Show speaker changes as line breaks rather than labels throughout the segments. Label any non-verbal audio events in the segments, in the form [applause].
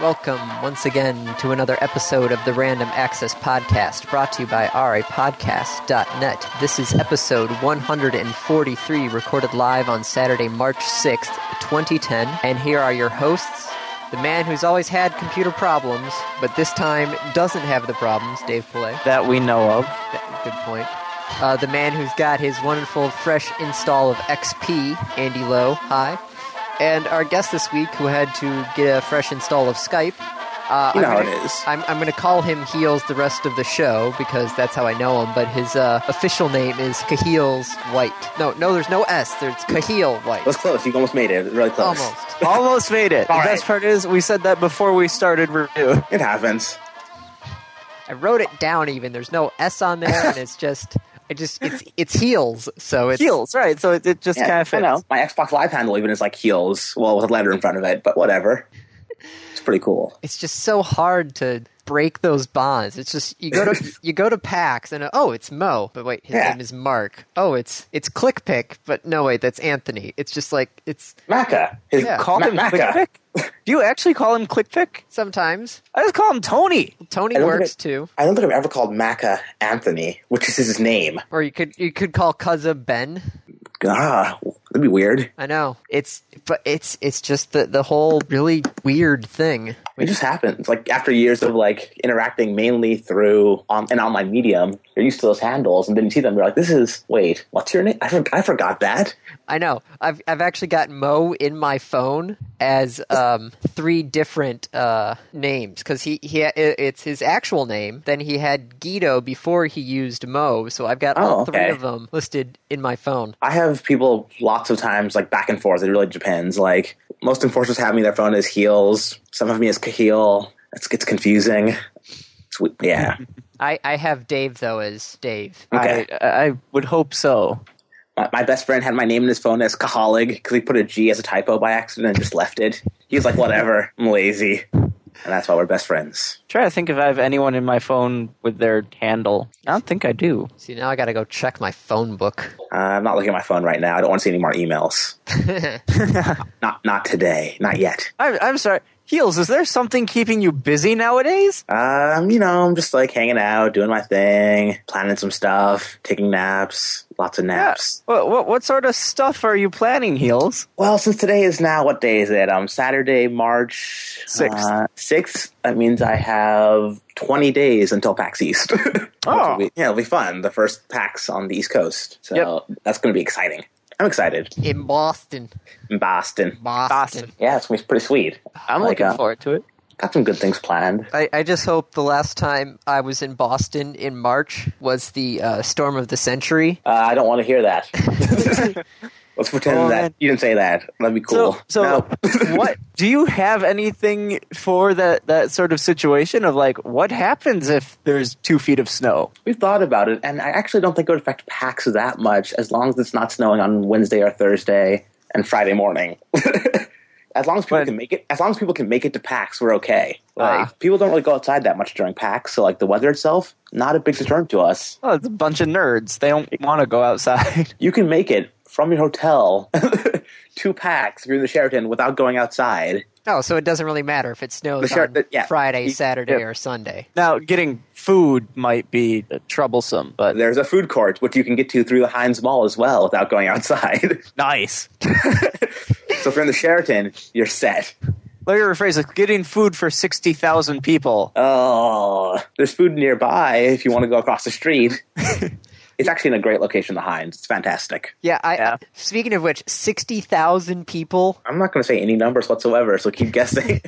Welcome once again to another episode of the Random Access Podcast brought to you by rapodcast.net. This is episode 143, recorded live on Saturday, March 6th, 2010. And here are your hosts the man who's always had computer problems, but this time doesn't have the problems, Dave Pillay.
that we know of.
Good point. Uh, the man who's got his wonderful fresh install of XP, Andy Lowe. Hi. And our guest this week, who had to get a fresh install of Skype. Uh,
You know
I'm
how
gonna,
it is.
I'm, I'm going to call him Heels the rest of the show because that's how I know him. But his uh, official name is Cahiels White. No, no, there's no S. There's Cahiel White.
It was close. You almost made it. It was Really close.
Almost.
Almost made it.
All
the
right.
best part is we said that before we started review.
It happens.
I wrote it down. Even there's no S on there, and it's just, I just, it's it's heels. So it's
Heels, right? So it, it just
Yeah,
kind of
I
fits.
know. My Xbox Live handle even is like heels. Well, with a letter in front of it,
[laughs]
but whatever. It's pretty cool.
it's just so hard to break those bonds. It's just you go
[laughs]
to you go to PAX and uh, oh, it's Mo, but wait, his
Yeah.
name is Mark. Oh, it's it's ClickPick, but no wait, that's Anthony. It's just like it's
Maca. His
Yeah.
Call
Ma-
him
Maca.
ClickPick? Do you actually call him ClickPick?
sometimes
I just call him Tony.
Tony
I don't think
works
I-
too,
I don't think I've ever called Maca Anthony, which is his name.
or you could you could call Cuzza Ben.
Ah, that'd be weird.
I know it's but it's it's just the the whole really weird thing.
It just happens. Like after years of like interacting mainly through on an online medium, you're used to those handles, and then you see them, you're like, "This is wait, what's your name? I, for- I forgot that."
I know. I've I've actually got Mo in my phone as um, three different uh, names because he he ha- i- it's his actual name. Then he had Guido before he used Mo, so I've got all
Oh,
three
okay.
of them listed in my phone.
I have people lots of times like back and forth. It really depends. Like most enforcers have me their phone as heels. Some of me as Cahill. It's it's confusing. It's, we- yeah,
I, I have Dave though as Dave.
Okay.
I, I would hope so.
my, my best friend had my name in his phone as Caholig because he put a G as a typo by accident and just left it. He was like, "Whatever, I'm lazy," and that's why we're best friends.
Try to think if I have anyone in my phone with their handle. I don't think I do.
See now I got to go check my phone book.
Uh, I'm not looking at my phone right now. I don't want to see any more emails. Not not today. Not yet.
I'm, I'm sorry. Heels, is there something keeping you busy nowadays?
Um, you know, I'm just like hanging out, doing my thing, planning some stuff, taking naps, lots of naps.
What, what, what sort of stuff are you planning, Heels?
Well, since today is now what day is it? Um, Saturday, March
Sixth.
uh, Sixth. That means I have twenty days until PAX East. [laughs] Which
Oh.
will be, yeah, it'll be fun. The first PAX on the East Coast, so that's going to be exciting. I'm excited
In Boston,
in Boston.
Boston.
Boston.
Yeah, it's going to be pretty sweet.
I'm
Like,
looking
uh,
forward to it.
Got some good things planned.
I, I just hope the last time I was in Boston in March was the uh, storm of the century.
Uh, I don't want to
[laughs]
hear that. [laughs] Let's pretend
Oh,
that
man.
you didn't say that. That'd be cool.
So, so
No.
[laughs] what do you have anything for that that sort of situation of like what happens if there's two feet of snow?
We've thought about it, and I actually don't think it would affect PAX that much as long as it's not snowing on Wednesday or Thursday and Friday morning. [laughs] as long as people
But-
can make it, as long as people can make it to PAX, we're okay. Like
Ah.
people don't really go outside that much during PAX, so like the weather itself, not a big deterrent to us.
Oh, it's a bunch of nerds. They don't want to go outside. [laughs]
You can make it from your hotel [laughs] to PAX through the Sheraton without going outside.
Oh, so it doesn't really matter if it snows
The shar-
on
the- yeah.
Friday,
You-
Saturday,
yeah.
or Sunday.
Now, getting food might be troublesome, but
There's a food court which you can get to through the Heinz Mall as well without going [laughs] outside.
nice.
so if you're in the Sheraton, you're set.
Let me rephrase it. Getting food for sixty thousand people.
Oh, there's food nearby if you want to go across the street. it's actually in a great location, the Heinz. It's fantastic.
Yeah, I,
Yeah.
Speaking of which, sixty thousand people,
I'm not going to say any numbers whatsoever, so keep guessing.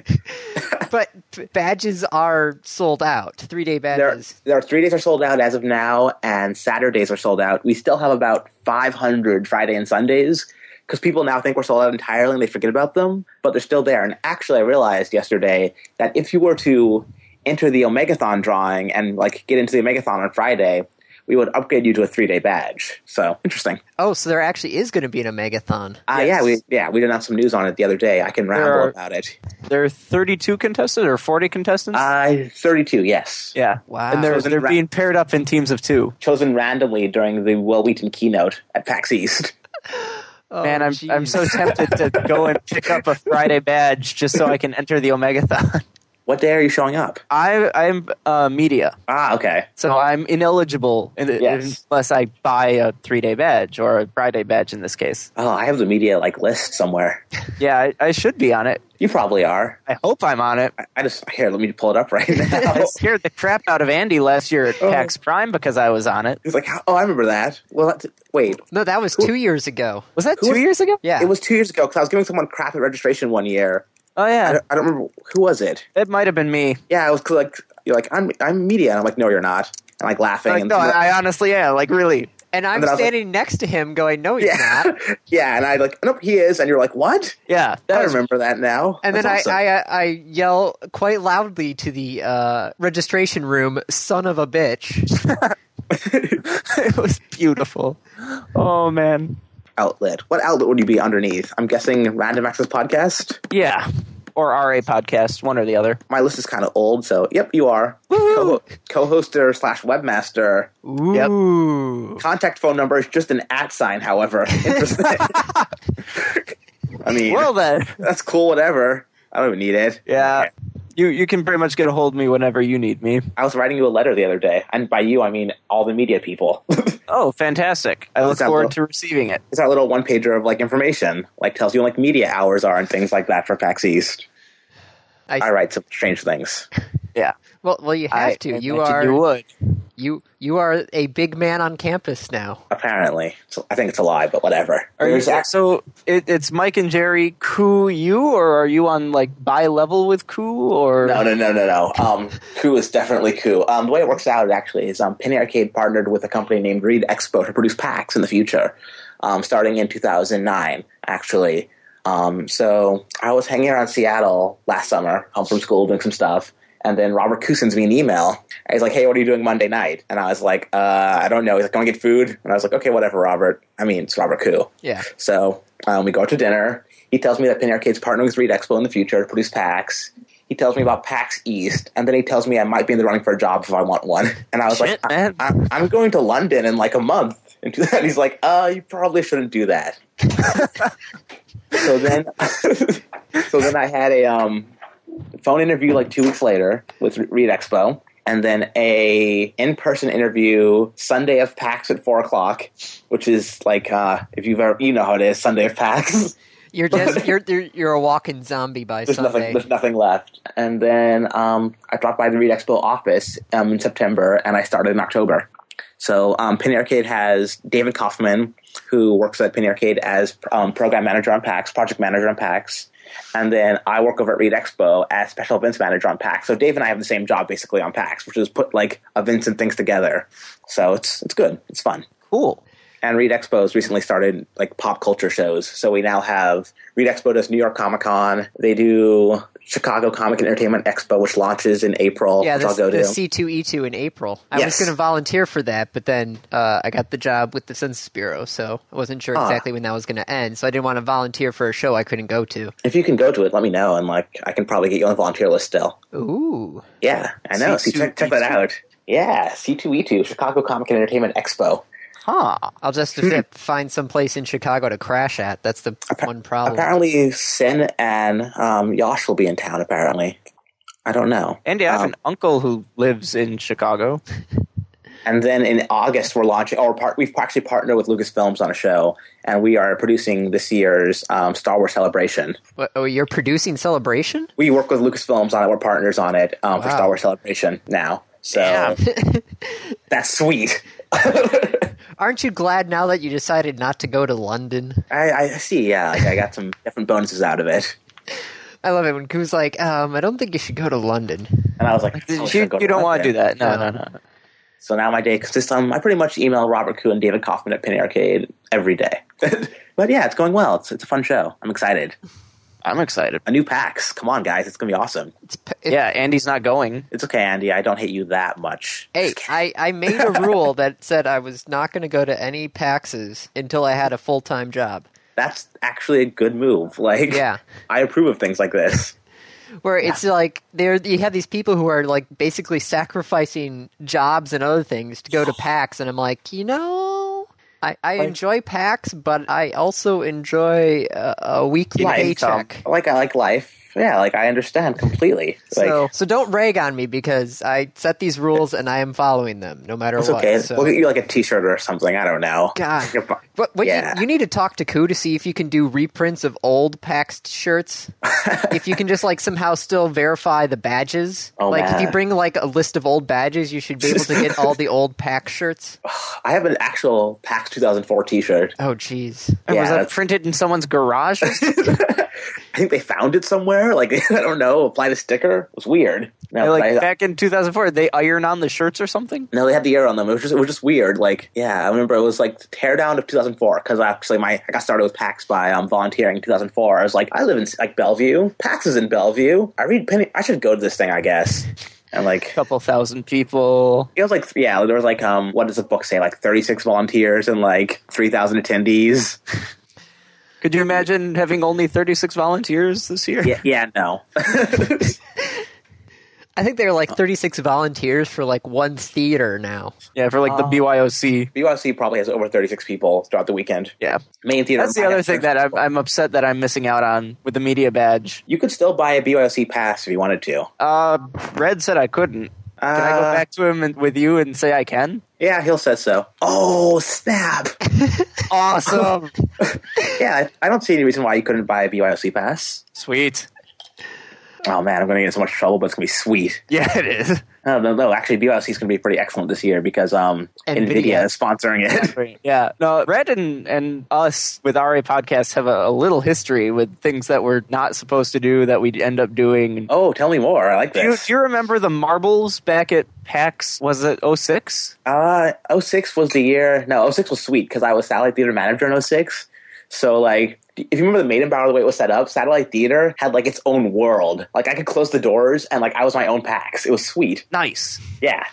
but b- badges are sold out. Three day
there,
badges.
there are three days are sold out as of now, and Saturdays are sold out. We still have about 500 Friday and Sundays because people now think we're sold out entirely and they forget about them, but they're still there. And actually, I realized yesterday that if you were to enter the Omegathon drawing and like get into the Omegathon on Friday, we would upgrade you to a three-day badge. So interesting.
Oh, so there actually is going to be an Omegathon.
Uh,
Yes.
Yeah, we yeah we did have some news on it the other day. I can ramble
are-
about it.
There are thirty-two contestants or forty contestants.
Uh, Thirty-two, yes,
yeah.
Wow.
And they're
Chosen
they're
ra-
being paired up in teams of two.
chosen randomly during the Will Wheaton keynote at PAX East. [laughs]
Oh,
Man, I'm
geez.
I'm so tempted to go and pick up a Friday badge just so I can enter the Omegathon.
What day are you showing up?
I I'm uh, media,
Ah, okay.
so I'm ineligible in the,
Yes.
unless I buy a three day badge or a Friday badge in this case.
Oh, I have the media like list somewhere.
Yeah, I, I should be on it.
You probably are.
I hope I'm on
[laughs]
it.
I just here. Let me pull it up
[laughs]
right
I
now. [laughs]
scared the crap out of Andy last year
Oh.
at PAX Prime because I was on it.
He's like, oh, I remember that. Well, that's, wait,
No, that was two years ago.
Was that
Who
two
was-
years ago?
Yeah.
it was two years ago because I was giving someone crap at registration one year.
Oh
I
yeah,
don't, I don't remember who was it.
it might have been me.
Yeah, I was like, you're like, I'm I'm media, and I'm like, no, you're not. And like laughing.
Like,
and
no, I, I honestly yeah, like really.
and I'm
And then I was like-
standing next to him going, no, he's
yeah, [laughs]
not.
yeah, and I like, nope, he is, and you're like, what?
Yeah, that
I
was-
remember that now.
And
That's
then
awesome.
I, uh, I, I yell quite loudly to the uh, registration room, son of a bitch.
[laughs] it was beautiful. Oh man,
outlet. What outlet would you be underneath? I'm guessing Random Access Podcast.
yeah. Or RA podcast, one or the other.
My list is kind of old, so yep, you are
Woohoo!
Co- co-hoster slash webmaster.
Ooh.
Contact phone number is just an at
[laughs]
sign, however. Interesting. I mean,
Well then,
that's cool. Whatever. I don't even need it.
yeah. You you can pretty much get a hold of me whenever you need me.
I was writing you a letter the other day, and by you I mean all the media people. [laughs]
Oh, fantastic! I look
Sounds
forward
cool.
to receiving it.
it's our little one pager of like information, like tells you when, like media hours are and things like that for PAX East.
I,
I write some strange things.
Yeah,
well, well, you have
I- I
to. You
imagine
are
You would.
you you are a big man on campus now.
Apparently, so I think it's a lie, but whatever.
Are you,
There's ac-
so it, it's Mike and Jerry Koo you, or are you on like bi level with Koo? Or
No, no, no, no, no.
[laughs]
Um, coup is definitely coup. Um, the way it works out actually is um, Penny Arcade partnered with a company named Reed Expo to produce packs in the future, um, starting in 2009. Actually, um, so I was hanging around Seattle last summer, home from school, doing some stuff, and then Robert Koo sends me an email. And he's like, "Hey, what are you doing Monday night?" And I was like, uh, "I don't know." He's like, "Going to get food?" And I was like, "Okay, whatever, Robert." I mean, it's Robert Koo.
Yeah.
So um, we go out to dinner. He tells me that Penny Arcade's partnering with Reed Expo in the future to produce packs. He tells me about PAX East, and then he tells me I might be in the running for a job if I want one. [laughs] And I was
Shit,
like,
man.
I, I, am going to London in like a month. And he's like, uh, you probably shouldn't do that. so then, so then I had a um, phone interview like two weeks later with Reed Expo, and then a in-person interview Sunday of PAX at four o'clock, which is like uh, if you've ever you know how it is Sunday of PAX.
You're
[laughs]
just you're you're, you're a walking zombie by
There's
Sunday.
nothing. There's nothing left. And then um, I dropped by the Reed Expo office um, in September, and I started in October. So um, Penny Arcade has David Kaufman, who works at Penny Arcade as um, program manager on PAX, project manager on PAX, and then I work over at Reed Expo as special events manager on PAX. So Dave and I have the same job basically on PAX, which is put like events and things together. So it's it's good. It's fun.
cool.
And Reed Expo's recently started like pop culture shows. So we now have Reed Expo does New York Comic Con. They do Chicago Comic and Entertainment Expo, which launches in April.
yeah,
which
this,
[laughs] I'll go
the
to.
C2E2 in April. I was
Yes.
going to volunteer for that, but then uh, I got the job with the Census Bureau, so I wasn't sure
Ah.
exactly when that was going to end. So I didn't want to volunteer for a show I couldn't go to.
if you can go to it, let me know, and like I can probably get you on the volunteer list still.
Ooh,
Yeah, I know. See,
C2E2.
check, check that out. Yeah, C2E2, Chicago Comic and Entertainment Expo.
Huh.
I'll just
Hmm.
have to find some place in Chicago to crash at. That's the one problem.
Apparently, Sin and um, Yosh will be in town. Apparently, I don't know.
Andy, I have
Um,
an uncle who lives in Chicago.
And then in August, we're launching, or part, we've actually partnered with Lucasfilms on a show, and we are producing this year's um, Star Wars Celebration.
What, oh, you're producing Celebration?
We work with Lucasfilms on it. We're partners on it um, for
Wow.
Star Wars Celebration now. So that's sweet.
[laughs]
[laughs]
Aren't you glad now that you decided not to go to London?
I, I see. Yeah, like I got some different bonuses out of it,
I love it when Koo's like, um, I don't think you should go to London.
and I was like,
You,
"Oh, we should go
you don't want to
London."
do that. No,
No.
no, no.
So now my day consists on I pretty much email Robert Koo and David Kaufman at Penny Arcade every day. [laughs] but yeah, it's going well. It's, it's a fun show. I'm excited.
I'm excited.
A new PAX. Come on, guys. It's going to be awesome.
It's, p- it,
Yeah, Andy's not going.
It's okay, Andy. I don't hate you that much.
Hey, I, I made a rule
[laughs]
that said I was not going to go to any PAXs until I had a full time job.
That's actually a good move. [laughs] Like,
Yeah.
I approve of things
[laughs]
like this.
Where it's like there you have these people who are like basically sacrificing jobs and other things to
[sighs]
go to PAX, and I'm like, you know, I, I enjoy PAX, but I also enjoy a, a weekly
Life,
paycheck.
um, Like, I like life. yeah, like I understand completely. Like,
So, so don't rag on me because I set these rules and I am following them no matter
it's
what.
okay.
So.
We'll get you like a T-shirt or something. I don't know.
God.
You're fu-
But, but
Yeah.
you, you need to talk to Koo to see if you can do reprints of old Paxed
[laughs]
shirts. if you can just like somehow still verify the badges.
Oh,
like if you
man.
bring like a list of old badges, you should be able to get
[laughs]
all the old Pax shirts.
[laughs] I have an actual PAX 2004 T-shirt.
Oh, jeez.
And was
Yeah,
that
that's-
printed in someone's garage? [laughs] or something?
I think they found it somewhere. Like [laughs] I don't know, apply the sticker. It was weird. No,
like
but I-
back in 2004, did they iron on the shirts or something?
No, they had the air on them. It was just it was just weird. Like, yeah, I remember it was like teardown of 2004 because actually my I got started with PAX by um, volunteering in 2004. I was like, I live in like Bellevue. PAX is in Bellevue. I read Penny. I should go to this thing, I guess. And like.
A couple thousand people.
It was like yeah, there was like um, what does the book say? Like thirty six volunteers and like three thousand attendees. [laughs]
Could you imagine having only 36 volunteers this year?
Yeah, yeah, no,
I think there are like 36 volunteers for like one theater now.
[laughs] Yeah, for like the
Oh.
BYOC.
BYOC probably has over thirty six people throughout the weekend.
Yeah.
Main theater.
That's the other thing that I'm, I'm upset that I'm missing out on with the media badge.
you could still buy a BYOC pass if you wanted to.
Uh, Red said I couldn't. Can I go
Uh,
back to him and, with you and say I can?
Yeah, he'll says so. Oh snap!
Awesome.
Yeah, I I don't see any reason why you couldn't buy a BYOC pass.
[laughs] Sweet.
Oh man, I'm going to get in so much trouble, but it's going to be sweet.
Yeah, it is.
No, no, no. Actually, BYOC is going to be pretty excellent this year because um,
NVIDIA.
Nvidia. is sponsoring it.
Yeah. No, Red and, and us with RA Podcast have a, a little history with things that we're not supposed to do that we end up doing.
[laughs] oh, tell me more. I like
Do you,
this.
do you remember the marbles back at PAX? Was it 06?
Uh, 06 was the year. No, 06 was sweet because I was satellite theater manager in 06. So like. If you remember the Maiden Battle, the way it was set up, satellite theater had like its own world. Like I could close the doors and like I was my own PAX. It was sweet.
Nice.
Yeah,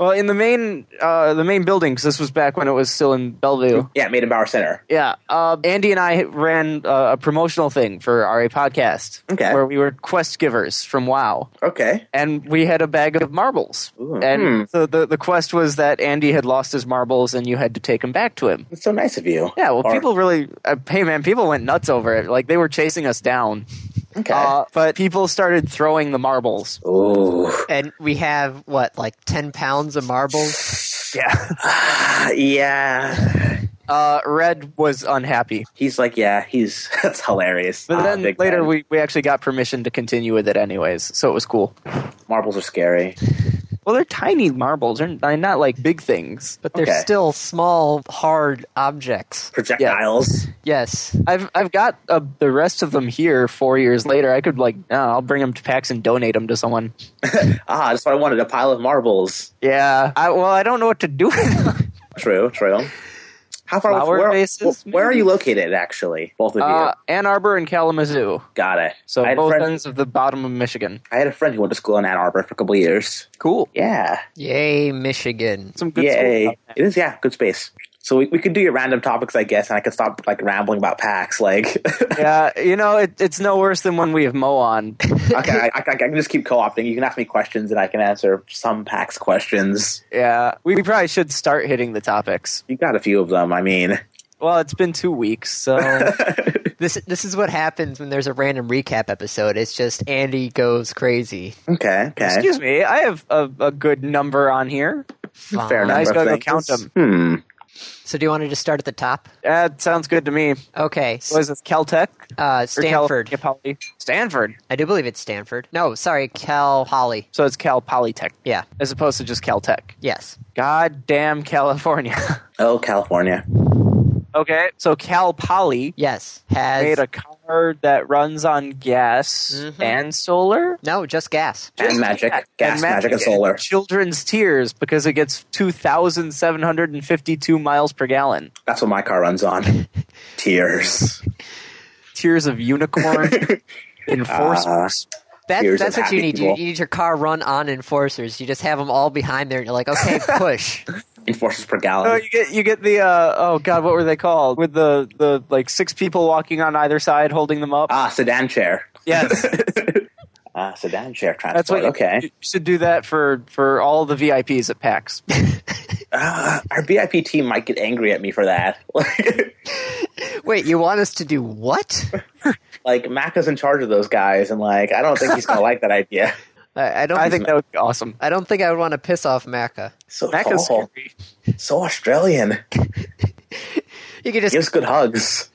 Well, in the main uh, the main building, 'cause this was back when it was still in Bellevue.
yeah, Maiden Bauer Center.
Yeah, uh, Andy and I ran uh, a promotional thing for RA podcast,
Okay.
where we were quest givers from WoW,
Okay,
and we had a bag of marbles.
Ooh.
and
Hmm.
so the the quest was that Andy had lost his marbles, and you had to take them back to him.
that's so nice of you.
Yeah, well,
Or-
people really, uh, hey man, people went nuts over it. Like they were chasing us down.
Okay.
Uh, but people started throwing the marbles.
Ooh.
And we have what, like 10 pounds of marbles?
Yeah,
[sighs] yeah.
uh, Red was unhappy.
He's like, yeah, he's [laughs] that's hilarious.
But
Ah,
then
Big
later
Ben.
we, we actually got permission to continue with it anyways, so it was cool.
marbles are scary.
Well, they're tiny marbles. They're they're not like big things.
But they're
Okay.
still small, hard objects.
Projectiles.
Yes.
I've I've got uh, the rest of them here. Four years later, I could like uh, I'll bring them to PAX and donate them to someone.
Ah, that's what I wanted—a pile of marbles.
Yeah. I, well, I don't know what to do with
[laughs]
them.
True, true. How far?
Flower
where,
vases,
where are
maybe?
you located? Actually, both of
Uh,
you.
Ann Arbor and Kalamazoo.
Got it.
So
I had, a
both
friend,
ends of the bottom of Michigan.
I had a friend who went to school in Ann Arbor for a couple years.
Cool.
Yeah.
Yay, Michigan.
Some good.
Yay.
schools out
It is. Yeah. Good space. So we, we could do your random topics, I guess, and I could stop like rambling about packs. Like, [laughs] okay,
there. Yeah. You know, it, it's no worse than when we have Mo on.
I, I, I can just keep co-opting. You can ask me questions, and I can answer some packs questions.
[laughs] yeah. We probably should start hitting the topics.
You got a few of them. I mean, [laughs]
Well, it's been two weeks, so.
This this is what happens when there's a random recap episode. It's just Andy goes crazy.
okay, okay.
Excuse me, I have a, a good number on here.
Fine.
enough.
Uh, I just
Number
gotta go
of
count
things.
them.
Hmm.
So do you want to just start at the top?
That sounds good to me.
Okay. s-
What is this, Caltech?
Uh,
Or
Stanford.
California Poly? Stanford.
I do believe it's Stanford. No, sorry, Cal Holly.
So it's Cal Polytech,
Yeah.
as opposed to just Caltech.
Yes.
Goddamn California. [laughs]
Oh, California.
okay, so Cal Poly
Yes. Has
made a car that runs on gas
Mhm.
and solar.
No, just gas.
And magic. Gas, magic, and solar.
Children's tears because it gets 2,752 miles per gallon.
That's what my car
[laughs]
runs on. Tears.
Tears of unicorn
[laughs] Ah.
enforcers.
That,
Tears
that's
of
what you
happy
need. You,
people.
you need your car run on enforcers. You just have them all behind there, and you're like,
[laughs]
okay, push.
Enforces per
Oh,
gallon.
you get you get the uh, oh god, what were they called? With the the like six people walking on either side holding them up.
Ah, sedan chair. [laughs]
yes,
Ah, sedan chair transport.
that's what. You,
okay.
you should do that for for all the VIPs at PAX.
Ah, our VIP team might get angry at me for that. Like,
Wait, you want us to do what?
[laughs] Like Mac is in charge of those guys, and like I don't think he's gonna like
[laughs]
that idea.
I, I don't.
I think that would be awesome.
I don't think I would want to piss off Macca.
So
Mac is
tall,
scary.
so Australian.
You could just,
Gives good hugs.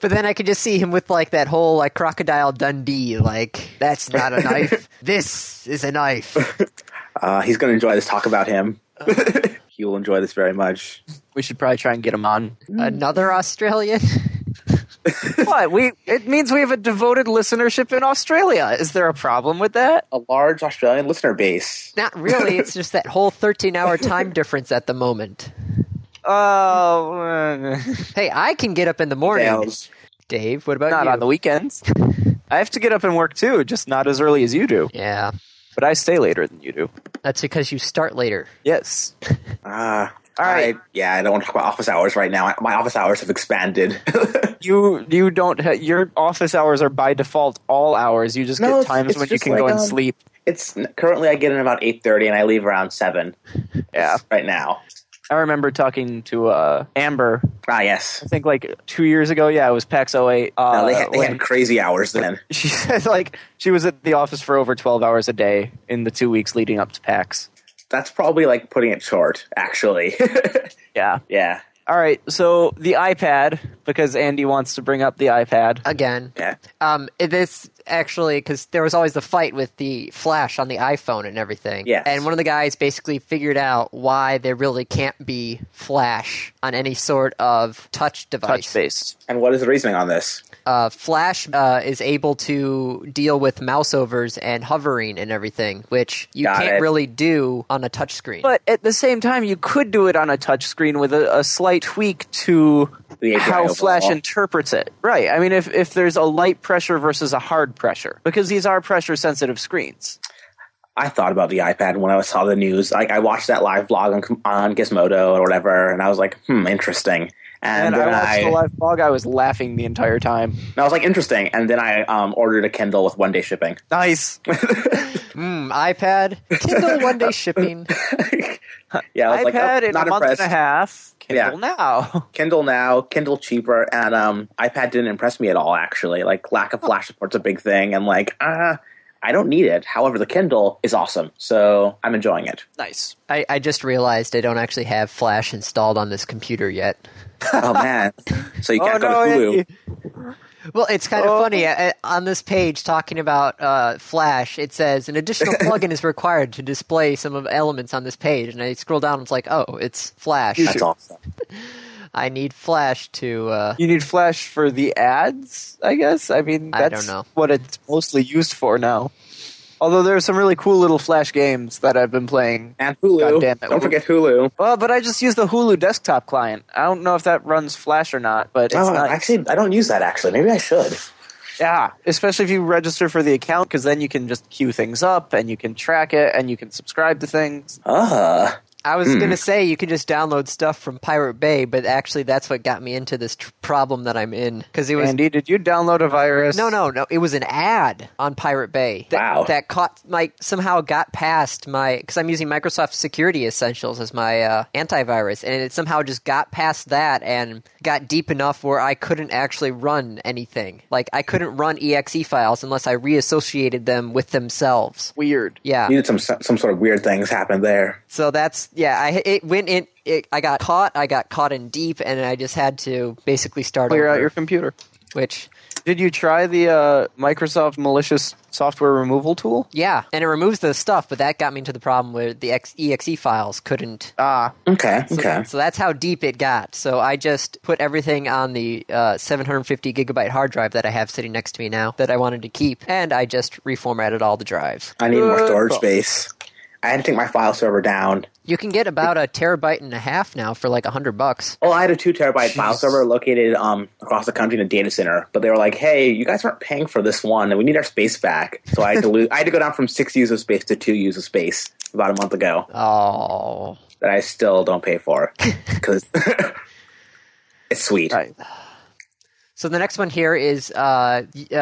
but then I could just see him with like that whole like crocodile Dundee, like that's not a knife. this is a knife.
Uh, he's gonna enjoy this talk
[laughs]
about him. he will enjoy this very much.
We should probably try and get him on.
Another Australian. [laughs]
what we? It means we have a devoted listenership in Australia. Is there a problem with that?
A large Australian listener base.
Not really. It's just that whole 13 hour time difference at the moment.
Oh,
Hey, I can get up in the morning.
Fails.
Dave, what about
not
you?
on the weekends. I have to get up and work too, just not as early as you do.
yeah,
But I stay later than you do.
that's because you start later.
Yes.
Ah.
All right.
I- yeah, I don't want to talk about office hours right now. My office hours have expanded. [laughs]
You you don't ha- your office hours are by default all hours. You just
No,
get
it's-
times
it's
when you
just
can
like,
go and
um,
sleep.
it's currently I get in about eight thirty and I leave around seven.
Yeah.
Right now.
I remember talking to uh, Amber.
Ah yes.
I think like two years ago. Yeah, it was PAX 08. Uh,
No, they, had, they
when- [laughs]
had crazy hours then.
she said like she was at the office for over twelve hours a day in the two weeks leading up to PAX.
That's probably like putting it short,
[laughs]
actually. [laughs]
Yeah.
yeah.
All right. So the iPad, because Andy wants to bring up the iPad.
Again,
Yeah.
um, this actually because there was always the fight with the flash on the iPhone and everything.
Yes.
and one of the guys basically figured out why there really can't be flash on any sort of touch
Touch
device.
based.
And what is the reasoning on this?
uh, Flash uh, is able to deal with mouse overs and hovering and everything, which you
Got
can't
it.
really do on a touchscreen.
But at the same time, you could do it on a touch screen with a, a slight tweak to
The API
how
overall.
Flash interprets it. Right. I mean, if, if there's a light pressure versus a hard pressure, because these are pressure sensitive screens.
I thought about the iPad when I saw the news. Like I watched that live blog on, on Gizmodo or whatever, and I was like, "Hmm, interesting."
And,
And,
I
then
watched
I,
the live blog, I was laughing the entire time.
and I was like, "Interesting." And then I um, ordered a Kindle with one day shipping. [laughs]
Nice.
Mm, iPad, Kindle one day
[laughs]
shipping.
yeah,
iPad
I was like, "Nope,
in
not
a month
impressed.
and a half.
Yeah.
Kindle now. [laughs]
Kindle now, Kindle cheaper, and um, iPad didn't impress me at all. Actually, like lack of Flash support's a big thing, and like, uh, I don't need it. However, the Kindle is awesome, so I'm
[laughs]
enjoying it.
nice.
I, I just realized I don't actually have Flash installed on this computer yet.
oh man! So you
oh,
can't
no,
go to Hulu.
Andy.
Well, it's kind of
Oh.
funny. I, I- on this page talking about uh, Flash, it says an additional plugin is required to display some of elements on this page. And I scroll down and it's like, oh, it's Flash.
That's awesome.
I need Flash to. Uh,
You need Flash for the ads, I guess. I mean,
I don't
that's
know.
what it's mostly used for now. Although there are some really cool little Flash games that I've been playing.
And Hulu.
God damn it.
Don't forget Hulu.
Well, but I just use the Hulu desktop client. I don't know if that runs Flash or not, but it's
Oh,
nice.
actually, I don't use that. Actually, maybe I should.
yeah, especially if you register for the account, because then you can just queue things up and you can track it and you can subscribe to things.
Uh,
I was going to say you can just download stuff from Pirate Bay, but actually that's what got me into this tr- problem that I'm in because it was
Andy, did you download a virus?
no, no, no. It was an ad on Pirate Bay that,
Wow.
that caught like somehow got past my because I'm using Microsoft Security Essentials as my uh, antivirus, and it somehow just got past that and got deep enough where I couldn't actually run anything. Like I couldn't run exe files unless I reassociated them with themselves.
Weird.
Yeah,
you did some some sort of weird things happen there.
So that's yeah. I it went in. It, I got caught. I got caught in deep, and I just had to basically start
Clear
over.
out your computer.
which
Did you try the uh, Microsoft malicious software removal tool?
yeah, and it removes the stuff, but that got me into the problem where the ex- exe E files couldn't.
Ah,
Okay, okay.
So that's how deep it got. So I just put everything on the uh, 750 gigabyte hard drive that I have sitting next to me now that I wanted to keep, and I just reformatted all the drives.
I need more
Good
storage
call.
space. I had to take my file server down.
You can get about a terabyte and a half now for like a hundred bucks.
Oh, I had a two terabyte file server located um, across the country in a data center, but they were like, "Hey, you guys aren't paying for this one, and we need our space back." So I had
[laughs]
to lose. I had to go down from six U's of space to two U's of space about a month ago
Oh,
that I still don't pay
[laughs]
for because [laughs] it's sweet.
right.
so the next one here is uh, y- uh,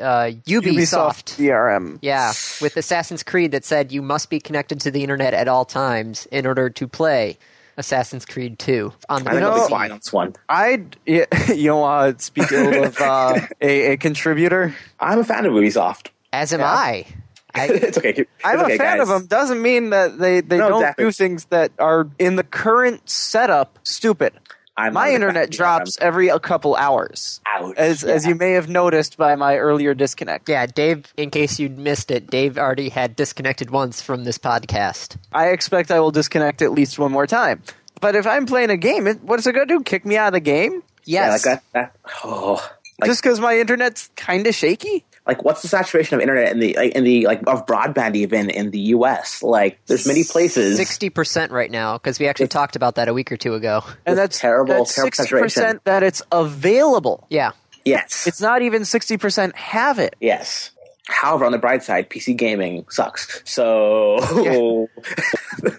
uh, Ubisoft.
DRM.
Yeah, with Assassin's Creed that said you must be connected to the internet at all times in order to play. Assassin's Creed 2 on
I think I'll
know-
be quiet on this one.
I [laughs] yeah, you know, uh, speak ill
[laughs]
of uh, a, a contributor.
I'm a fan of Ubisoft.
As am
Yeah.
I.
[laughs]
I [laughs]
it's okay. keep- It's
I'm
okay,
a fan of
guys.
them. Doesn't mean that they, they
No,
don't
exactly.
do things that are in the current setup stupid.
I'm
My
on the
internet
back-
drops every a couple hours,
Ouch.
as as
Yeah.
you may have noticed by my earlier disconnect.
yeah, Dave. In case you missed it, Dave already had disconnected once from this podcast.
I expect I will disconnect at least one more time. But if I'm playing a game, it, what's it gonna do? Kick me out of the game
Yeah,
Yes,
like that, that- oh, like,
just because my internet's kind of shaky?
like what's the saturation of internet in the like, in the like of broadband even in the U.S. Like, there's many places.
sixty percent right now because we actually talked about that a week or two ago.
And
It's
that's
terrible,
That's
terrible
sixty
saturation.
percent that it's available.
Yeah,
yes,
It's not even sixty percent have it.
yes. However, on the bright side, PC gaming sucks. So
yeah, the-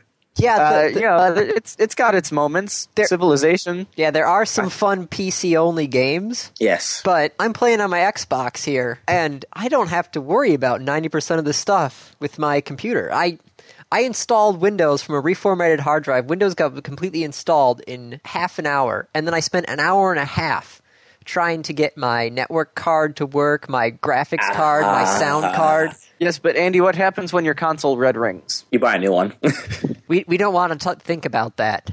Uh,
the-
you know, it's it's got its moments. Civilization.
yeah. There are some fun PC only games,
[laughs] yes,
but I'm playing on my Xbox here, and I don't have to worry about ninety percent of the stuff with my computer. I I installed Windows from a reformatted hard drive. Windows got completely installed in half an hour, and then I spent an hour and a half trying to get my network card to work, my graphics card, my
[laughs]
sound card.
Yes, but Andy, what happens when your console red rings?
you buy a new one. [laughs]
We we don't want to t- think about that.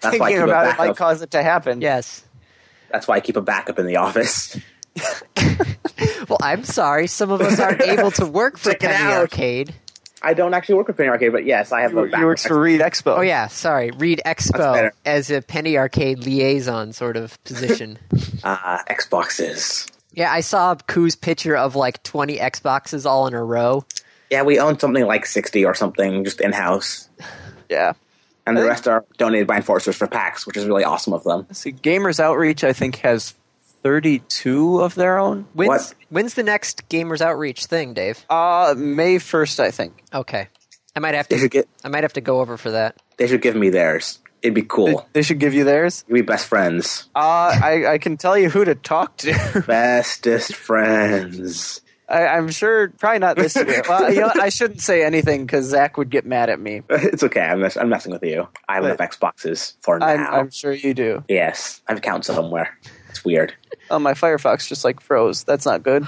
that's why I keep
Thinking
a
about it might
backup.
cause it to happen.
Yes.
that's why I keep a backup in the office.
Well, I'm sorry. Some of us aren't able to work for
Check it
Penny
out.
Arcade.
I don't actually work with Penny Arcade, but yes, I have a
You,
backup.
you works for Reed Expo.
Oh yeah, sorry. Read Expo
better.
as a Penny Arcade liaison sort of
[laughs]
position.
uh, Xboxes.
yeah, I saw Koo's picture of like 20 Xboxes all in a row.
Yeah, we own something like sixty or something just in house,
yeah.
and the rest are donated by enforcers for packs, which is really awesome of them.
See, Gamers Outreach, I think, has 32 of their own.
When's
What?
when's the next Gamers Outreach thing, Dave?
Uh, May 1st, I think.
Okay. I might have
They [laughs]
to
should get.
I might have to go over for that.
They should give me theirs. It'd be
They,
cool.
they should give you theirs.
We'd be best friends.
Uh, I, I can tell you who to talk [laughs] to.
Bestest friends. [laughs]
I, I'm sure, probably not this [laughs] year. Well, you know, I shouldn't say anything because Zach would get mad at me.
It's okay. I'm, mess- I'm messing with you. I have
But-
enough Xboxes for now.
I'm, I'm sure you do.
yes, I have accounts somewhere. It's weird.
Oh, my Firefox just like froze. That's not good.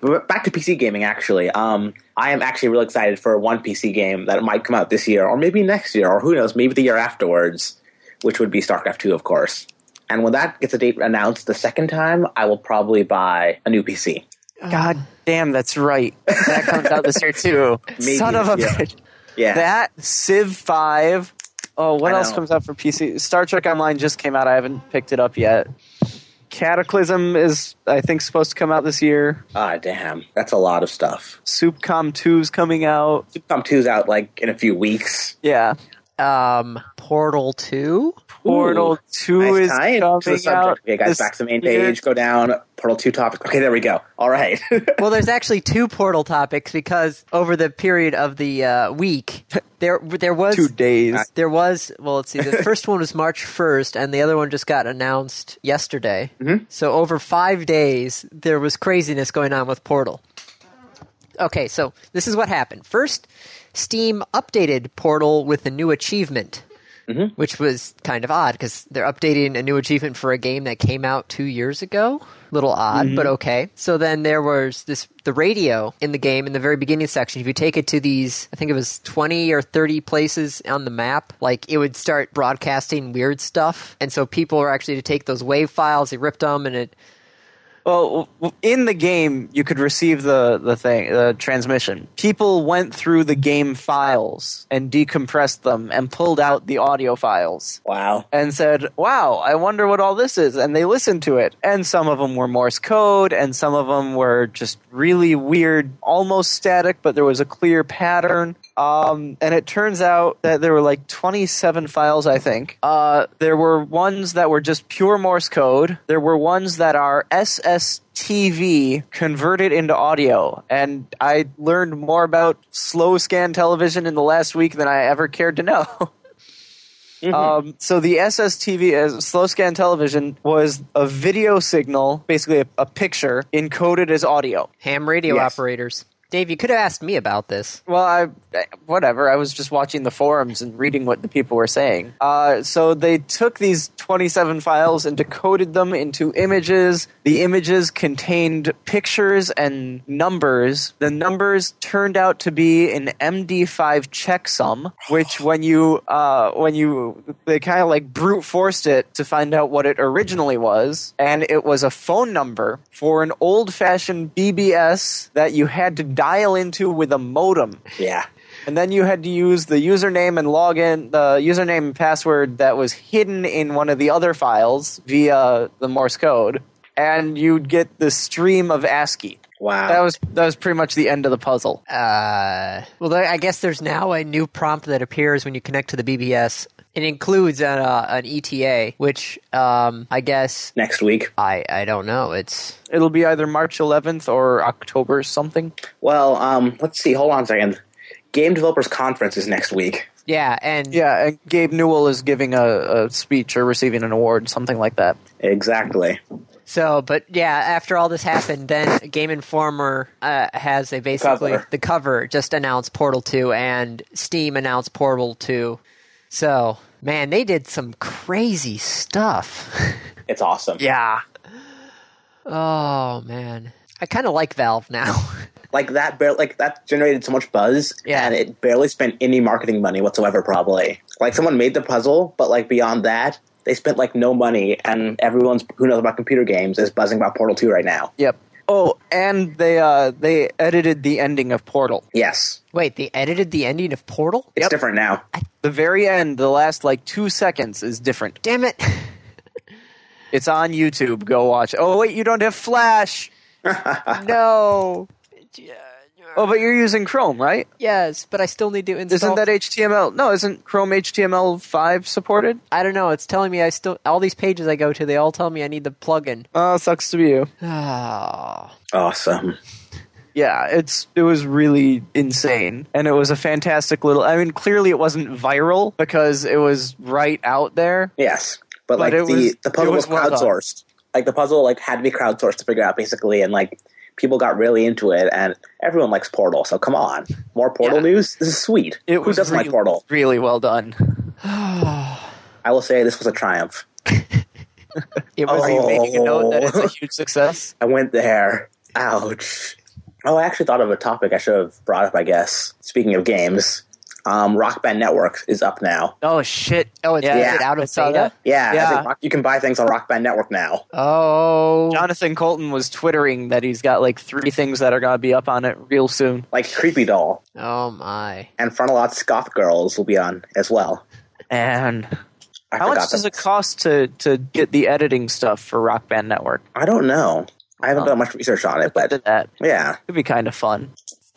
But back to PC gaming, actually. Um, I am actually really excited for one PC game that might come out this year, or maybe next year, or who knows, maybe the year afterwards, which would be StarCraft 2, of course. And when that gets a date announced the second time, I will probably buy a new PC.
God
Um,
damn, that's right. That comes out this year too.
[laughs] Maybe
Son of
this
a
year.
bitch.
Yeah.
That Civ Five. Oh, what
I
else
know.
comes out for PC? Star Trek Online just came out. I haven't picked it up yet. Cataclysm is, I think, supposed to come out this year.
Ah, damn. That's a lot of stuff.
Soupcom 2's coming out.
Supercom 2's out, like, in a few weeks.
Yeah.
Um Portal 2?
Portal
Ooh,
2
nice
is
tie-in
coming
to the subject.
out.
Okay, guys,
this
back to the main
year.
page. Go down. Portal 2 topic. Okay, there we go. All right. [laughs]
Well, there's actually two portal topics because over the period of the uh, week, there there was
Two days.
there was well, let's see. The first one was March 1st, and the other one just got announced yesterday. So over five days, there was craziness going on with Portal. Okay, so this is what happened. First, Steam updated Portal with a new achievement, which was kind of odd because they're updating a new achievement for a game that came out two years ago. Little odd, but okay. So then there was this the radio in the game in the very beginning section. If you take it to these, I think it was twenty or thirty places on the map, like it would start broadcasting weird stuff, and so people were actually to take those wave files, they ripped them, and it
Well, w- in the game, you could receive the, the thing, the transmission. People went through the game files and decompressed them and pulled out the audio files
wow.
and said, wow, I wonder what all this is. And they listened to it. And some of them were Morse code and some of them were just really weird, almost static, but there was a clear pattern. Um, and it turns out that there were like 27 files, I think. Uh, there were ones that were just pure Morse code. There were ones that are SSTV converted into audio. And I learned more about slow scan television in the last week than I ever cared to know. [laughs] Um, so the SSTV, as uh, slow scan television, was a video signal, basically a, a picture encoded as audio.
ham radio
Yes.
operators. Dave, you could have asked me about this.
Well, I eh, whatever. I was just watching the forums and reading what the people were saying. Uh, so they took these 27 files and decoded them into images. The images contained pictures and numbers. The numbers turned out to be an MD5 checksum, which when you uh, when you they kind of like brute forced it to find out what it originally was, and it was a phone number for an old-fashioned BBS that you had to dial into with a modem
Yeah.
and then you had to use the username and login, the username and password that was hidden in one of the other files via the Morse code, and you'd get the stream of ASCII.
Wow.
That was that was pretty much the end of the puzzle.
Uh, well, there, I guess there's now a new prompt that appears when you connect to the BBS. It includes an, uh, an ETA, which um, I guess
Next week.
I I don't know. It's
It'll be either March 11th or October something.
Well, um, let's see. Hold on a second. Game Developers Conference is next week.
yeah, and
Yeah, and Gabe Newell is giving a, a speech or receiving an award, something like that.
Exactly.
So, but yeah, after all this happened, then Game Informer uh, has a basically
Cover.
the cover just announced Portal 2 and Steam announced Portal 2. So, man, they did some crazy stuff.
It's awesome.
Yeah,
[laughs] oh, man. I kind of like Valve now. [laughs]
Like that. Bar- like that generated so much buzz,
Yeah.
and it barely spent any marketing money whatsoever. Probably. Like someone made the puzzle, but like beyond that, they spent like no money, and everyone's who knows about computer games is buzzing about Portal Two right now.
yep. Oh, and they uh, they edited the ending of Portal.
Yes,
Wait, they edited the ending of Portal?
it's
Yep.
different now.
The very end, the last like two seconds is different.
Damn it.
It's on YouTube. Go watch. it. Oh wait, you don't have Flash.
no.
[laughs] Oh, but you're using Chrome, right?
Yes, but I still need to install.
Isn't that HTML? No, isn't Chrome HTML5 supported?
I don't know. It's telling me I still all these pages I go to, they all tell me I need the plugin. [sighs]
Oh, sucks to be you.
Oh.
Awesome.
Yeah, it's it was really insane, and it was a fantastic little. I mean, clearly it wasn't viral because it was right out there.
Yes,
But
but, like
it
the,
was-
the puzzle
it
was,
was well done.
crowdsourced. like the puzzle like had to be crowdsourced to figure out basically, and like people got really into it, and everyone likes Portal. So come on, more Portal
Yeah.
news. This is sweet.
It
Who
was
doesn't
really-
like Portal?
Really well done.
I will say this was a triumph.
It was
Oh.
are you making a note that it's a huge success.
I went there. Ouch. Oh, I actually thought of a topic I should have brought up. I guess speaking of games, um, Rock Band Network is up now.
Oh shit!
Oh, it's
Yeah,
is it out
I
of
saw
beta?
that.
Yeah, I
Yeah.
think Rock- you can buy things on Rock Band Network now.
Oh.
Jonathan Colton was twittering that he's got like three things that are gonna be up on it real soon.
Like Creepy Doll
Oh my.
and Frontalot's Goth Girls will be on as well.
And
I
How
forgot
much does
that.
it cost to to get the editing stuff for Rock Band Network?
I don't know. I haven't done much research on it, but
That
yeah,
could be kind of fun.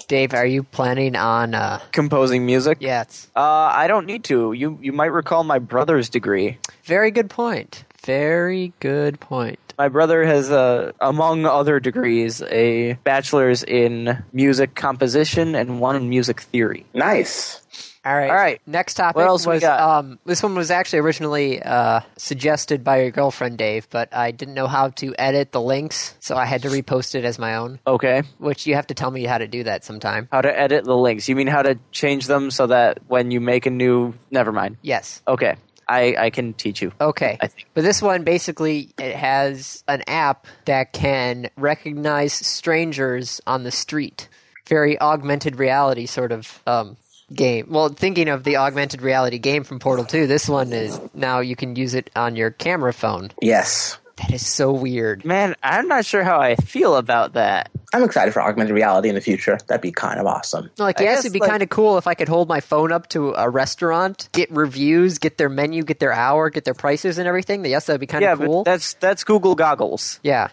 Dave, are you planning on uh
Composing music.
yeah, it's
Uh, I don't need to. You you might recall my brother's degree.
very good point. Very good point.
My brother has, uh, among other degrees, a bachelor's in music composition and one in music theory.
nice.
All right.
All right.
Next topic
What else we
was
got?
um this one was actually originally uh suggested by your girlfriend Dave, but I didn't know how to edit the links, so I had to repost it as my own,
Okay.
which you have to tell me how to do that sometime.
How to edit the links? You mean how to change them so that when you make a new? Never mind.
Yes.
Okay. I I can teach you.
Okay.
I think.
But this one basically it has an app that can recognize strangers on the street. Very augmented reality sort of um, game. Well, thinking of the augmented reality game from Portal 2, this one is now you can use it on your camera phone.
Yes,
That is so weird.
Man, I'm not sure how I feel about that.
I'm excited for augmented reality in the future. That'd be kind of awesome. [laughs]
Like,
I
yes,
guess,
it'd be
like-
kind of cool if I could hold my phone up to a restaurant, get reviews, get their menu, get their hour, get their prices and everything. Yes, that'd be kind
yeah,
of cool.
but that's that's Google goggles.
yeah.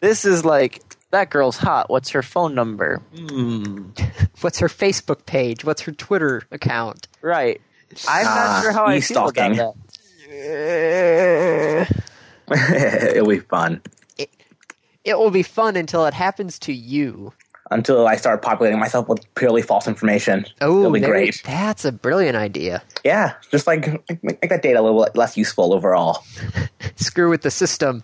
This is like that girl's hot. What's her phone number?
What's her Facebook page? What's her Twitter account?
Right. I'm
Ah,
not sure how I feel
e-stalking.
about that.
It'll be fun
it will be fun until it happens to you.
until I start populating myself with purely false information. It'll
Oh,
be
there-
great.
that's a brilliant idea.
Yeah, just like make, make that data a little less useful overall.
Screw with the system.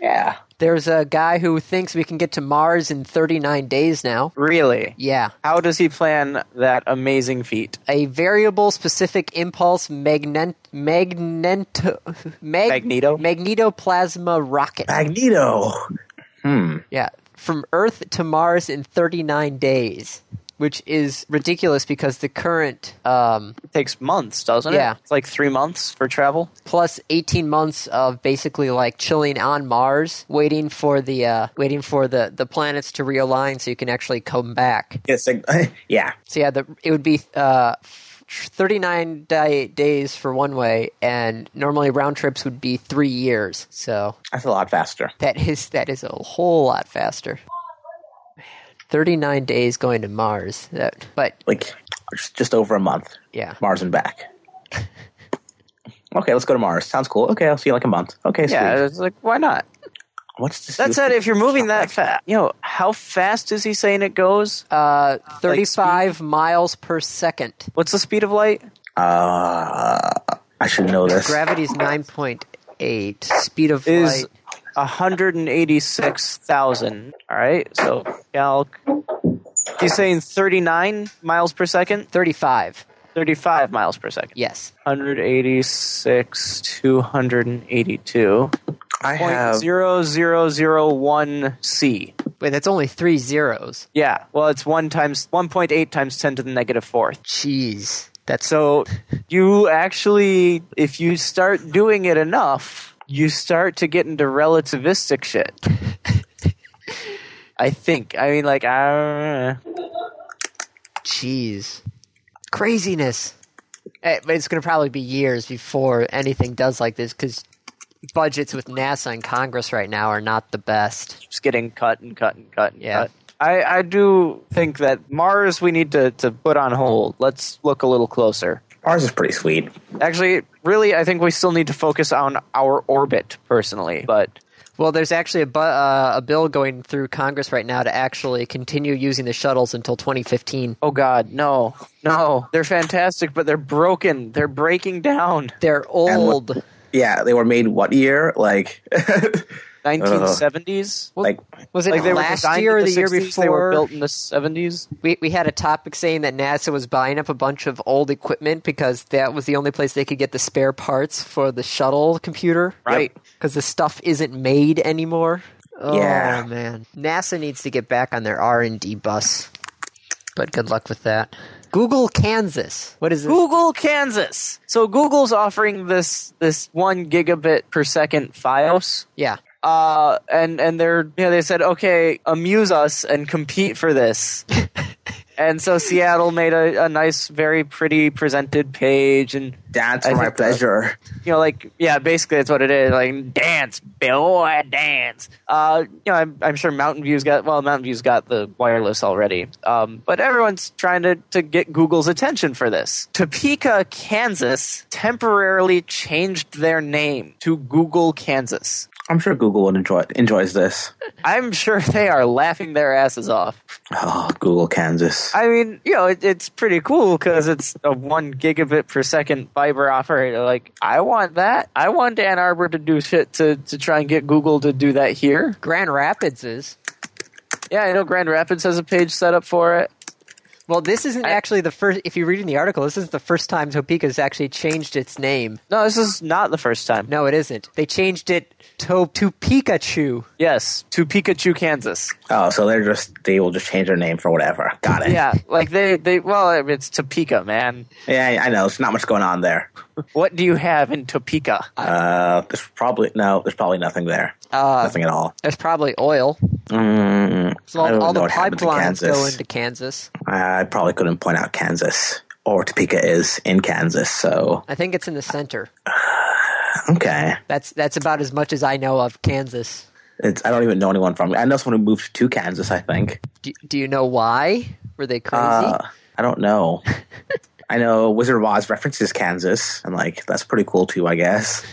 Yeah.
There's a guy who thinks we can get to Mars in 39 days now.
Really?
Yeah.
How does he plan that amazing feat?
A variable specific impulse magnet magnento mag,
Magneto?
magnetoplasma rocket.
Magneto. Hmm.
yeah. From Earth to Mars in 39 days, which is ridiculous because the current um,
It takes months, doesn't it?
Yeah.
It's like three months for travel.
plus 18 months of basically like chilling on Mars, waiting for the uh, waiting for the, the planets to realign so you can actually come back.
Yes. I- [laughs] yeah.
So yeah, the, it would be uh, 39 di- days for one way, and normally round trips would be three years. So
That's a lot faster.
that is that is a whole lot faster. Man, 39 days going to Mars. That, but
Like just- just over a month.
yeah,
Mars and back. [laughs] okay, let's go to Mars. Sounds cool. Okay, I'll see you in like a month. Okay, sweet.
Yeah, it's like, why not?
What's this?
That said, if you're moving that fast, you know, how fast is he saying it goes?
uh, 35 miles per second.
What's the speed of light?
uh, I should know this.
Gravity's 9.8. Speed of
Is
light.
186,000. All right, so calc. He's saying 39 miles per second,
35.
35 miles per second.
Yes.
186, 282.
I have.
0.0001 C.
Wait, that's only three zeros.
Yeah, well, it's 1 times 1.8 times 10 to the negative fourth.
Jeez. That's
So you actually, if you start doing it enough, you start to get into relativistic shit. I think. I mean, like, I don't know.
jeez. Craziness. Eh, but It's going to probably be years before anything does like this because budgets with NASA and Congress right now are not the best.
keeps getting cut and cut and cut and
Yeah.
cut. I, I do think that Mars we need to, to put on hold. Let's look a little closer.
Mars is pretty sweet.
Actually, really, I think we still need to focus on our orbit personally. But
Well, there's actually a, bu- uh, a bill going through Congress right now to actually continue using the shuttles until 2015.
oh god, no, no, they're fantastic, but they're broken. They're breaking down.
They're old.
Yeah, they were made what year? Like, [laughs]
Nineteen seventies.
Well,
like
was it
Like they were
last
designed
year or
in
the,
the,
year
60s,
before?
They were built in the seventies.
we, we had a topic saying that NASA was buying up a bunch of old equipment because that was the only place they could get the spare parts for the shuttle computer.
Right.
Because the stuff isn't made anymore. Oh,
Yeah.
man. NASA needs to get back on their R&D bus. But good luck with that. Google Kansas. What is this?
Google Kansas. So Google's offering this this one gigabit per second FiOS.
Yeah.
uh, and and they're you know, they said okay amuse us and compete for [laughs] this and so seattle made a, a nice very pretty presented page and
dance
I
for my
think-
pleasure.
you know like yeah basically that's what it is like dance boy dance uh, you know I'm, I'm sure mountain view's got well mountain view's got the wireless already um, but everyone's trying to, to get google's attention for this topeka kansas temporarily changed their name to google kansas
I'm sure Google would enjoy enjoys this.
I'm sure they are laughing their asses off.
Oh, Google Kansas.
I mean, you know, it, it's pretty cool because it's a one gigabit per second fiber operator. Like, I want that. I want Ann Arbor to do shit to, to try and get Google to do that here.
Grand Rapids is.
Yeah, I know Grand Rapids has a page set up for it.
Well, this isn't actually the first. If you read in the article, this is the first time Topeka's actually changed its name.
No, this is not the first time.
No, it isn't. They changed it to, to Pikachu.
Yes, to Pikachu, Kansas.
oh, so they're just they will just change their name for whatever. Got it.
Yeah, [laughs] like they, they well, I mean, it's Topeka, man.
Yeah, I know. There's not much going on there.
What do you have in Topeka?
Uh, there's probably no. There's probably nothing there.
Uh,
nothing at all.
There's probably oil.
Mm,
So
I
all,
don't
all
know
the
what happened to
pipelines go
Kansas.
into Kansas.
I probably couldn't point out Kansas or Topeka is in Kansas. So
I think it's in the center.
okay,
That's that's about as much as I know of Kansas.
it's, I don't even know anyone from. I know someone who moved to Kansas. I think.
Do, do you know why? Were they crazy?
Uh, I don't know. [laughs] I know Wizard of Oz references Kansas, and like that's pretty cool too, I guess.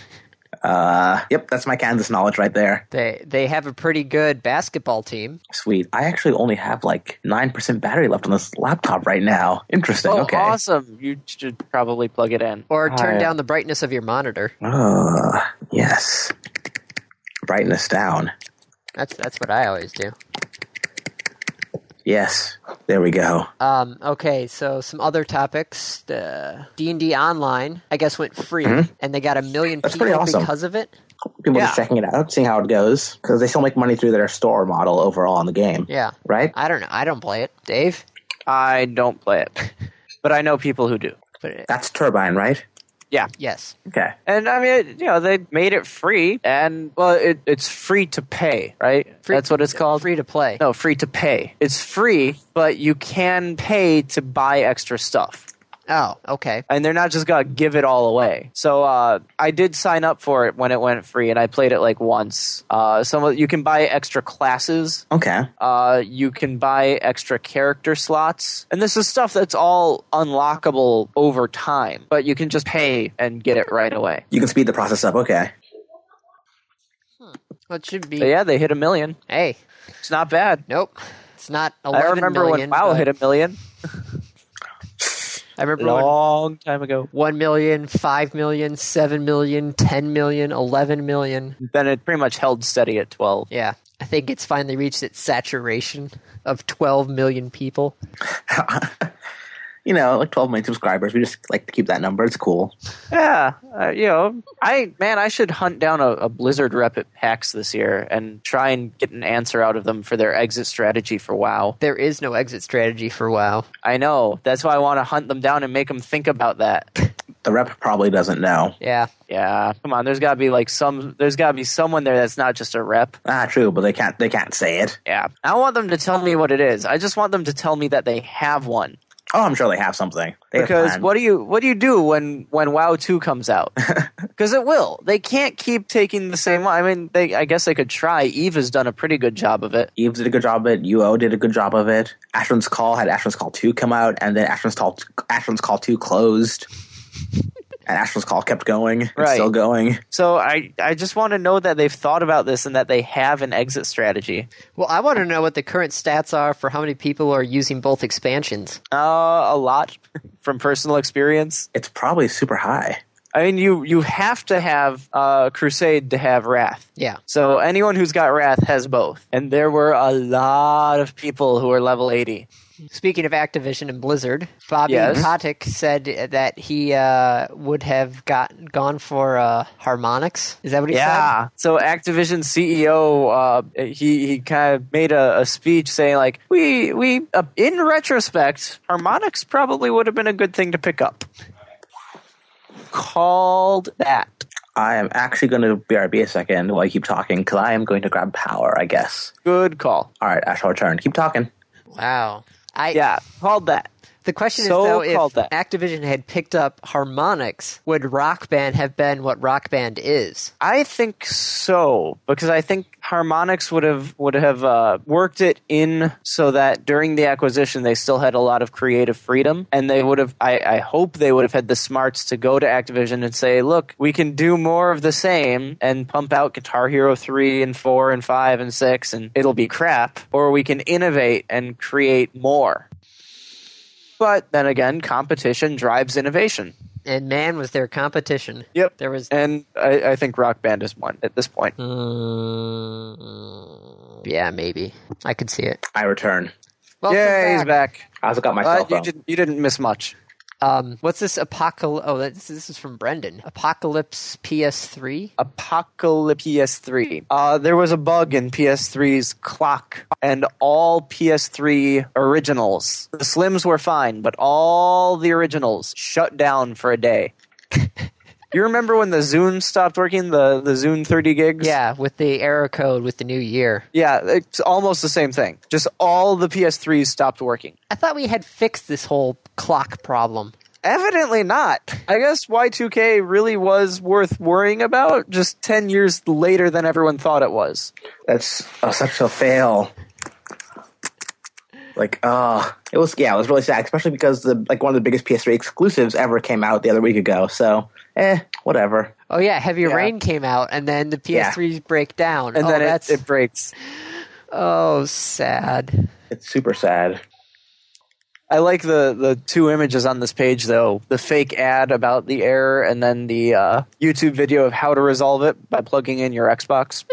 Uh, yep, that's my Kansas knowledge right there.
they they have a pretty good basketball team.
Sweet. I actually only have like nine percent battery left on this laptop right now. Interesting.
Oh,
okay.
awesome! You should probably plug it in.
Or turn
Hi.
down the brightness of your monitor.
Uh, yes. brightness down.
That's that's what I always do.
Yes, there we go.
Um, okay, so some other topics. The D and D Online, I guess, went free,
Hmm?
and they got a million
That's
people
pretty awesome.
because of it.
People
Yeah.
just checking it out, seeing how it goes, because they still make money through their store model overall in the game.
Yeah,
Right?
I don't know. I don't play it, Dave.
I don't play it, but I know people who do.
But it,
That's Turbine, right?
yes,
Okay.
And I mean, it, you know, they made it free, and well, it, it's free to pay, right?
Free-
That's what it's called.
free to play.
No, free to pay. It's free, but you can pay to buy extra stuff.
Oh, okay.
And they're not just gonna give it all away. So uh, I did sign up for it when it went free, and I played it like once. Uh, some of, you can buy extra classes
Okay.
uh, you can buy extra character slots. And this is stuff that's all unlockable over time, but you can just pay and get it right away.
You can speed the process up. Okay.
Well, it should be.
But yeah, they hit a million.
Hey,
It's not bad.
nope. It's not
I
11
remember
million,
when WoW
but
hit a million
I
a
remember when
long time ago.
1 million, 5 million, 7 million, 10 million, 11 million.
Then it pretty much held steady at 12.
Yeah. I think it's finally reached its saturation of 12 million people.
You know, like 12 million subscribers. We just like to keep that number. It's cool.
Yeah, uh, you know, I man, I should hunt down a, a Blizzard rep at PAX this year and try and get an answer out of them for their exit strategy for WoW.
There is no exit strategy for WoW.
I know that's why I want to hunt them down and make them think about that.
The rep probably doesn't know.
Yeah.
Yeah, come on. There's got to be like some. There's got to be someone there that's not just a rep.
Ah, true, but they can't. They can't say it.
Yeah, I don't want them to tell me what it is. I just want them to tell me that they have one.
Oh, I'm sure they have something. They have
Because
plans.
what do you what do you do when when WoW two comes out? Because it will. They can't keep taking the same one. I mean, they. I guess they could try. Eve has done a pretty good job of it.
Eve did a good job of it. UO did a good job of it. Ashland's Call had Ashland's Call two come out, and then Ashland's Call Ashland's Call
[laughs]
two closed, and Ashland's Call kept going. It's
Right.
still going.
So I I just want to know that they've thought about this and that they have an exit strategy.
Well, I want to know what the current stats are for how many people are using both expansions.
Uh, a lot from personal experience.
It's probably super high.
I mean, you you have to have uh, Crusade to have Wrath.
Yeah.
So anyone who's got Wrath has both. And there were a lot of people who are level eighty.
Speaking of Activision and Blizzard, Bobby
Yes.
Kotick said that he uh, would have got gone for uh, harmonics. Is that what he said?
Yeah. So Activision CEO, uh, he he kind of made a, a speech saying like, we we uh, in retrospect, harmonics probably would have been a good thing to pick up. Called that.
I am actually going to BRB a second while you keep talking because I am going to grab power. I guess.
Good call.
All right, I shall return. Keep talking.
Wow. I,
Yeah, called that.
The question
So
is though,
called
if
that.
Activision had picked up harmonics, would Rock Band have been what Rock Band is?
I think so because I think Harmonix would have would have uh, worked it in so that during the acquisition they still had a lot of creative freedom, and they would have. I, I hope they would have had the smarts to go to Activision and say, "Look, we can do more of the same and pump out Guitar Hero three and four and five and six, and it'll be crap, or we can innovate and create more." But then again, competition drives innovation.
And man, was there competition.
Yep.
There was.
And I, I think Rock Band is one at this point.
Mm, yeah, maybe. I could see it.
I return.
Welcome
yeah, he's back.
I also got my
Uh,
cell
you,
phone.
didn't, you didn't miss much.
Um, what's this apocalypse? Oh, that's, this is from Brendan. Apocalypse PS3?
Apocalypse PS3. Uh, there was a bug in PS3's clock, and all PS3 originals, the Slims were fine, but all the originals shut down for a
[laughs]
day. you remember when the Zune stopped working, the, the Zune 30 gigs?
Yeah, with the error code with the new year.
Yeah, it's almost the same thing. Just all the PS3s stopped working.
I thought we had fixed this whole clock problem.
Evidently not. I guess Y2K really was worth worrying about just 10 years later than everyone thought it was.
That's oh, such a fail. Like, uh it was yeah, it was really sad, especially because the like one of the biggest PS3 exclusives ever came out the other week ago. So, eh, whatever.
Oh yeah, Heavy
Yeah.
Rain came out, and then the PS3s break down.
And
oh,
then it,
that's
it breaks.
oh sad.
It's super sad.
I like the the two images on this page though. The fake ad about the error, and then the uh, YouTube video of how to resolve it by plugging in
[laughs]
your Xbox.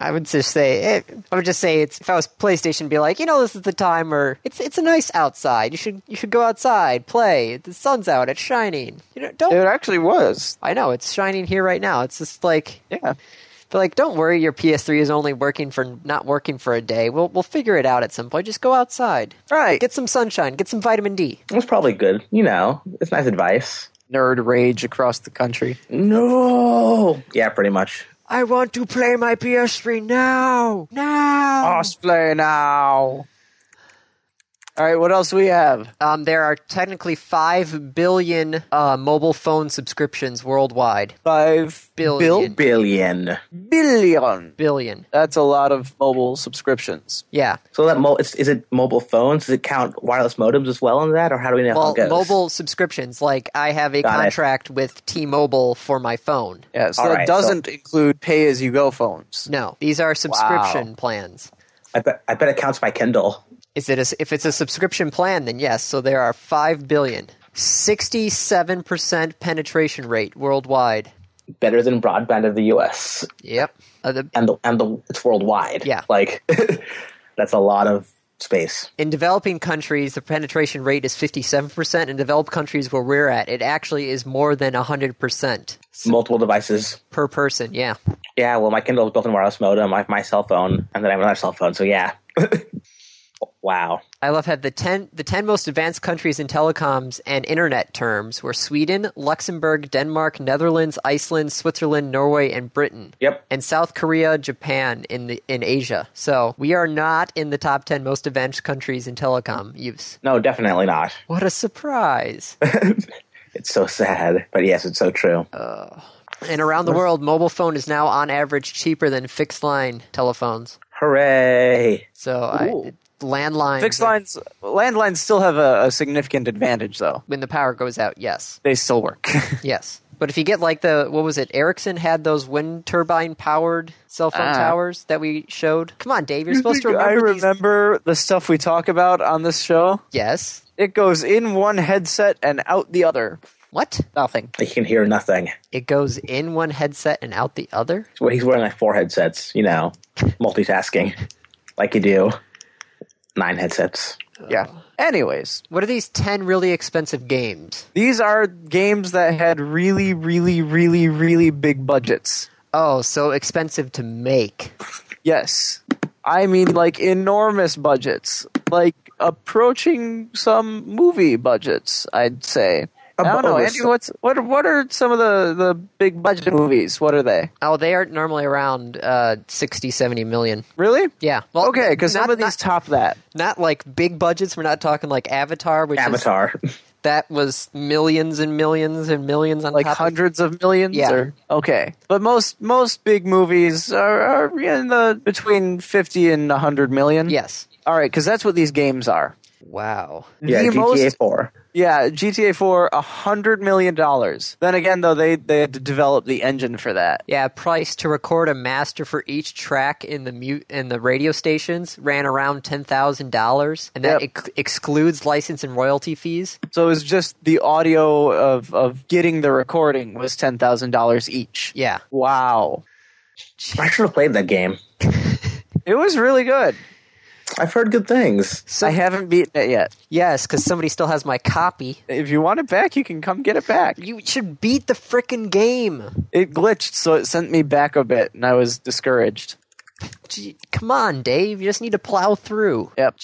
I would just say, eh, I would just say, it's if I was PlayStation, be like, you know, this is the time, or it's it's a nice outside. You should you should go outside, play. The sun's out, it's shining. You know, don't.
it actually was.
I know it's shining here right now. It's just like,
Yeah.
but like, don't worry, your PS3 is only working for not working for a day. We'll we'll figure it out at some point. Just go outside,
Right.
get some sunshine, get some vitamin D.
It was probably good. You know, it's nice advice.
Nerd rage across the country.
No. Yeah, pretty much.
I want to play my PS3 now, now.
Cosplay now. All right, what else do we have?
Um, there are technically five billion uh, mobile phone subscriptions worldwide.
Five
Billion.
Billion.
billion.
Billion.
That's a lot of mobile subscriptions.
Yeah.
So that mo- is, is it mobile phones? Does it count wireless modems as well in that, or how do we know how
Well,
it goes?
mobile subscriptions. Like I have a
Got it.
contract with T-Mobile for my phone.
Yeah, so
All
that
right, so-
doesn't include pay as you go phones.
No, these are subscription plans.
I bet I bet it counts by Kindle.
Is it a, if it's a subscription plan? Then yes. So there are five billion. 67% penetration rate worldwide.
Better than broadband of the U.S.
Yep. Uh, the,
and the and the it's worldwide.
Yeah.
like [laughs] that's a lot of space.
in developing countries, the penetration rate is 57%. In developed countries where we're at, it actually is more than 100%
Multiple devices.
per person. Yeah.
Yeah, well, my Kindle is built in wireless modem. I have my cell phone, and then I have another cell phone. So yeah. [laughs] wow.
I love have the ten the ten most advanced countries in telecoms and internet terms were Sweden, Luxembourg, Denmark, Netherlands, Iceland, Switzerland, Norway, and Britain.
Yep.
And South Korea, Japan in the in Asia. So we are not in the top ten most advanced countries in telecom use.
No, definitely not.
What a
[laughs]
surprise.
It's so sad, but yes, it's so true.
and around the world, mobile phone is now on average cheaper than fixed line telephones.
Hooray!
So I
Ooh.
landline
Fixed lines, landlines still have a, a significant advantage, though.
when the power goes out, yes.
They still [laughs] work.
Yes. But if you get like the what was it? Ericsson had those wind turbine powered cell phone
Ah.
towers that we showed. Come on, Dave, you're supposed to
[laughs] I
remember, these.
remember the stuff we talk about on this show.
Yes.
It goes in one headset and out the other.
What?
Nothing.
You can hear nothing.
It goes in one headset and out the other?
It's what- He's wearing like four headsets. You know, multitasking, like you do. Nine headsets.
Yeah. Anyways,
What are these 10 really expensive games?
these are games that had really, really, really, really big budgets.
Oh, so expensive to make.
Yes. I mean, like, enormous budgets. Like, approaching some movie budgets, I'd say. I don't know,
Over-
Andy. What's what? What are some of the the big budget movies? What are they?
Oh, they aren't normally around uh 60 70 million.
Really?
Yeah. Well,
Okay, because some
not-
of these top that.
not, not like big budgets. We're not talking like Avatar, which is
Avatar.
that was millions and millions and millions on
like
top of
hundreds of millions
Yeah.
or okay but most most big movies are, are in the between 50 and 100 million
Yes.
all right because that's what these games are
Wow.
yeah,
the
GTA
most-
Four.
yeah gta 4 100 million dollars then again though they they had to develop the engine for that
Yeah, price to record a master for each track in the mute in the radio stations ran around ten thousand dollars, and that
Yep.
ex- excludes license and royalty fees.
so it was just the audio of of getting the recording was $10000 each
Yeah,
wow
I should have played that game.
it was really good
I've heard good things.
So-
i haven't beaten it yet
yes, because somebody still has my copy.
if you want it back you can come get it back
You should beat the frickin' game.
it glitched so it sent me back a bit and i was discouraged
Gee, come on, Dave. You just need to plow through. ah.
Yep.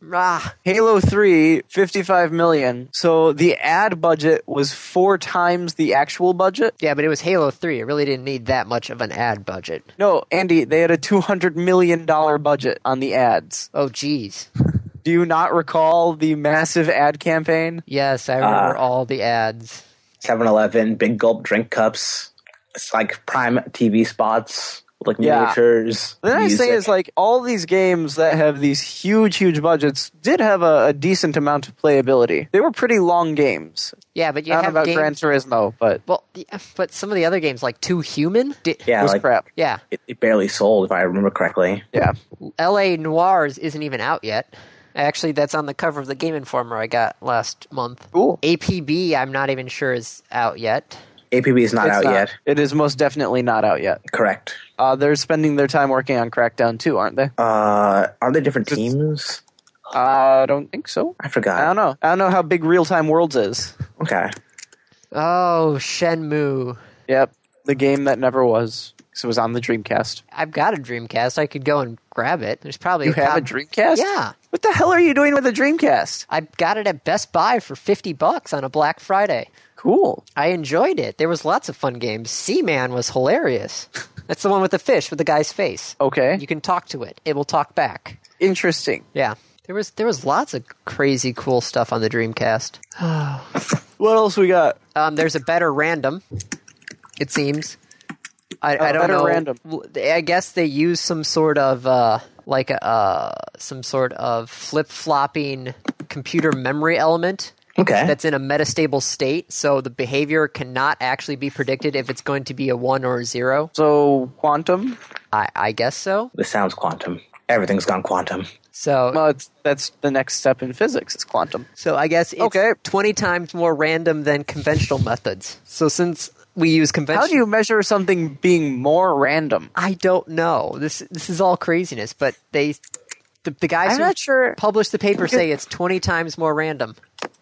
Rah.
Halo 3, 55 million. So the ad budget was four times the actual budget.
Yeah, but it was Halo Three. It really didn't need that much of an ad budget.
No, Andy, they had a $200 million budget on the ads.
Oh, geez.
Do you not recall the massive ad campaign?
Yes, I remember
Ah.
all the ads.
7-Eleven, big gulp drink cups. It's like prime TV spots, like
Yeah.
miniatures.
The nice
music.
thing is, like, all these games that have these huge, huge budgets did have a, a decent amount of playability. They were pretty long games.
Yeah, but you
I don't know
have
about
games.
Gran Turismo, but
well, yeah, but some of the other games, like Two Human, did,
it
yeah,
was
like
crap.
yeah,
It, it barely sold, if I remember correctly.
Yeah.
L.A. Noirs isn't even out yet. Actually, that's on the cover of the Game Informer I got last month.
Cool.
APB, I'm not even sure is out yet.
APB is not
It's
out
not-
yet.
It is most definitely not out yet.
Correct.
Uh, they're spending their time working on Crackdown 2, aren't they?
Uh, are there different teams?
I don't think so. I
I
don't
forgot.
know. I don't know how big Real Time Worlds is.
Okay.
Oh, Shenmue.
Yep, the game that never was. 'cause it was on the Dreamcast.
I've got a Dreamcast. I could go and grab it. There's probably
You
a
have a
cop-
Dreamcast?
Yeah.
What the hell are you doing with a Dreamcast?
I got it at Best Buy for 50 bucks on a Black Friday.
Cool.
I enjoyed it. There was lots of fun games. Seaman was
[laughs]
hilarious. That's the one with the fish with the guy's face.
Okay.
You can talk to it. It will talk back.
Interesting.
Yeah. There was there was lots of crazy cool stuff on the Dreamcast.
What else we got?
Um, there's a better random, it seems. I, I don't
Oh, better
know.
random.
Well, they- I guess they use some sort of uh, like a uh, some sort of flip flopping computer memory element
Okay.
that's in a metastable state, so the behavior cannot actually be predicted if it's going to be a one or a zero.
So, Quantum?
I, I guess so.
this sounds quantum. Everything's gone quantum.
So
Well, it's, that's the next step in physics. It's quantum.
So I guess it's
Okay.
20 times more random than conventional methods. So since we use conventional
How do you measure something being more random?
I don't know. This this is all craziness, but they the, the guys
I'm
who
not sure.
published the paper say it's 20 times more random.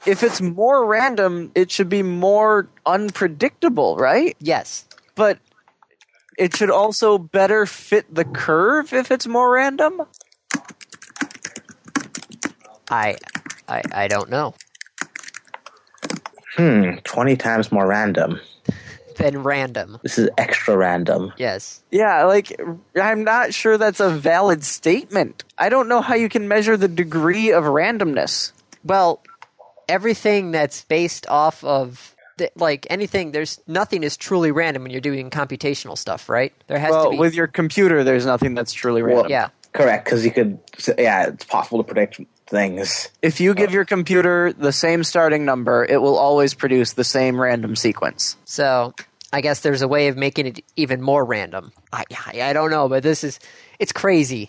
If it's more random, it should be more unpredictable, right?
Yes.
But it should also better fit the curve if it's more random.
I I I don't know.
Hmm. Twenty times more random.
Then random.
This is extra random.
Yes.
Yeah, like I'm not sure that's a valid statement. I don't know how you can measure the degree of randomness.
Well, everything that's based off of th- like anything there's nothing is truly random when you're doing computational stuff, right? There has to
Well,
be
with your computer, there's nothing that's truly random.
Well-
Yeah.
Correct, because you could. Yeah, it's possible to predict things.
If you give your computer the same starting number, it will always produce the same random sequence.
So I guess there's a way of making it even more random. I I, I don't know, but this is it's crazy.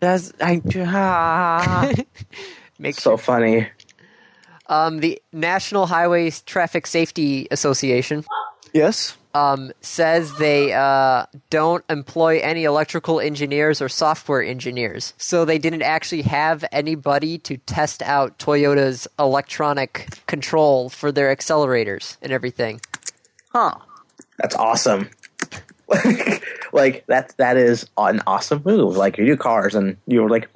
That's I.
ah. Make
So funny.
um the National Highway Traffic Safety Association
[laughs] yes.
um says they uh don't employ any electrical engineers or software engineers. So they didn't actually have anybody to test out Toyota's electronic control for their accelerators and everything.
Huh.
That's awesome. [laughs] Like, like that. That is an awesome move. Like you do cars, and you like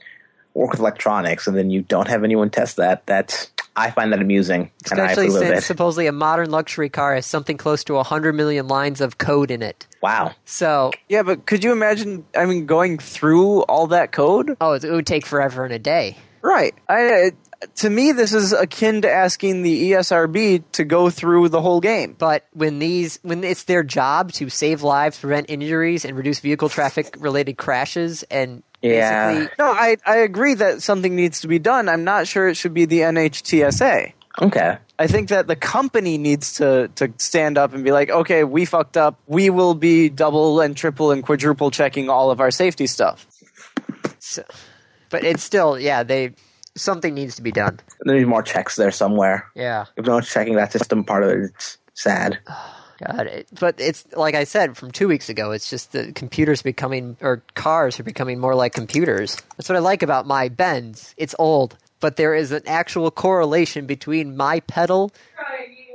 work with electronics, and then you don't have anyone test that. That's I find that amusing, and I
Especially
approve of
since
it.
supposedly a modern luxury car has something close to 100 million lines of code in it.
Wow.
So,
Yeah, but could you imagine? I mean, going through all that code.
oh, it would take forever and a day.
Right. I. It, to me, this is akin to asking the E ESRB to go through the whole game.
But when these, when it's their job to save lives, prevent injuries, and reduce vehicle traffic related crashes, and
Yeah.
basically,
No, I, I agree that something needs to be done. I'm not sure it should be the NHTSA.
Okay.
I think that the company needs to, to stand up and be like, okay, we fucked up. We will be double and triple and quadruple checking all of our safety stuff.
so, but it's still, yeah, they something needs to be done.
There's more checks there somewhere.
Yeah.
If no one's checking that system part of it, it's sad.
God, it, but it's like I said from two weeks ago. It's just the computers becoming or cars are becoming more like computers. That's what I like about my Benz. It's old, but there is an actual correlation between my pedal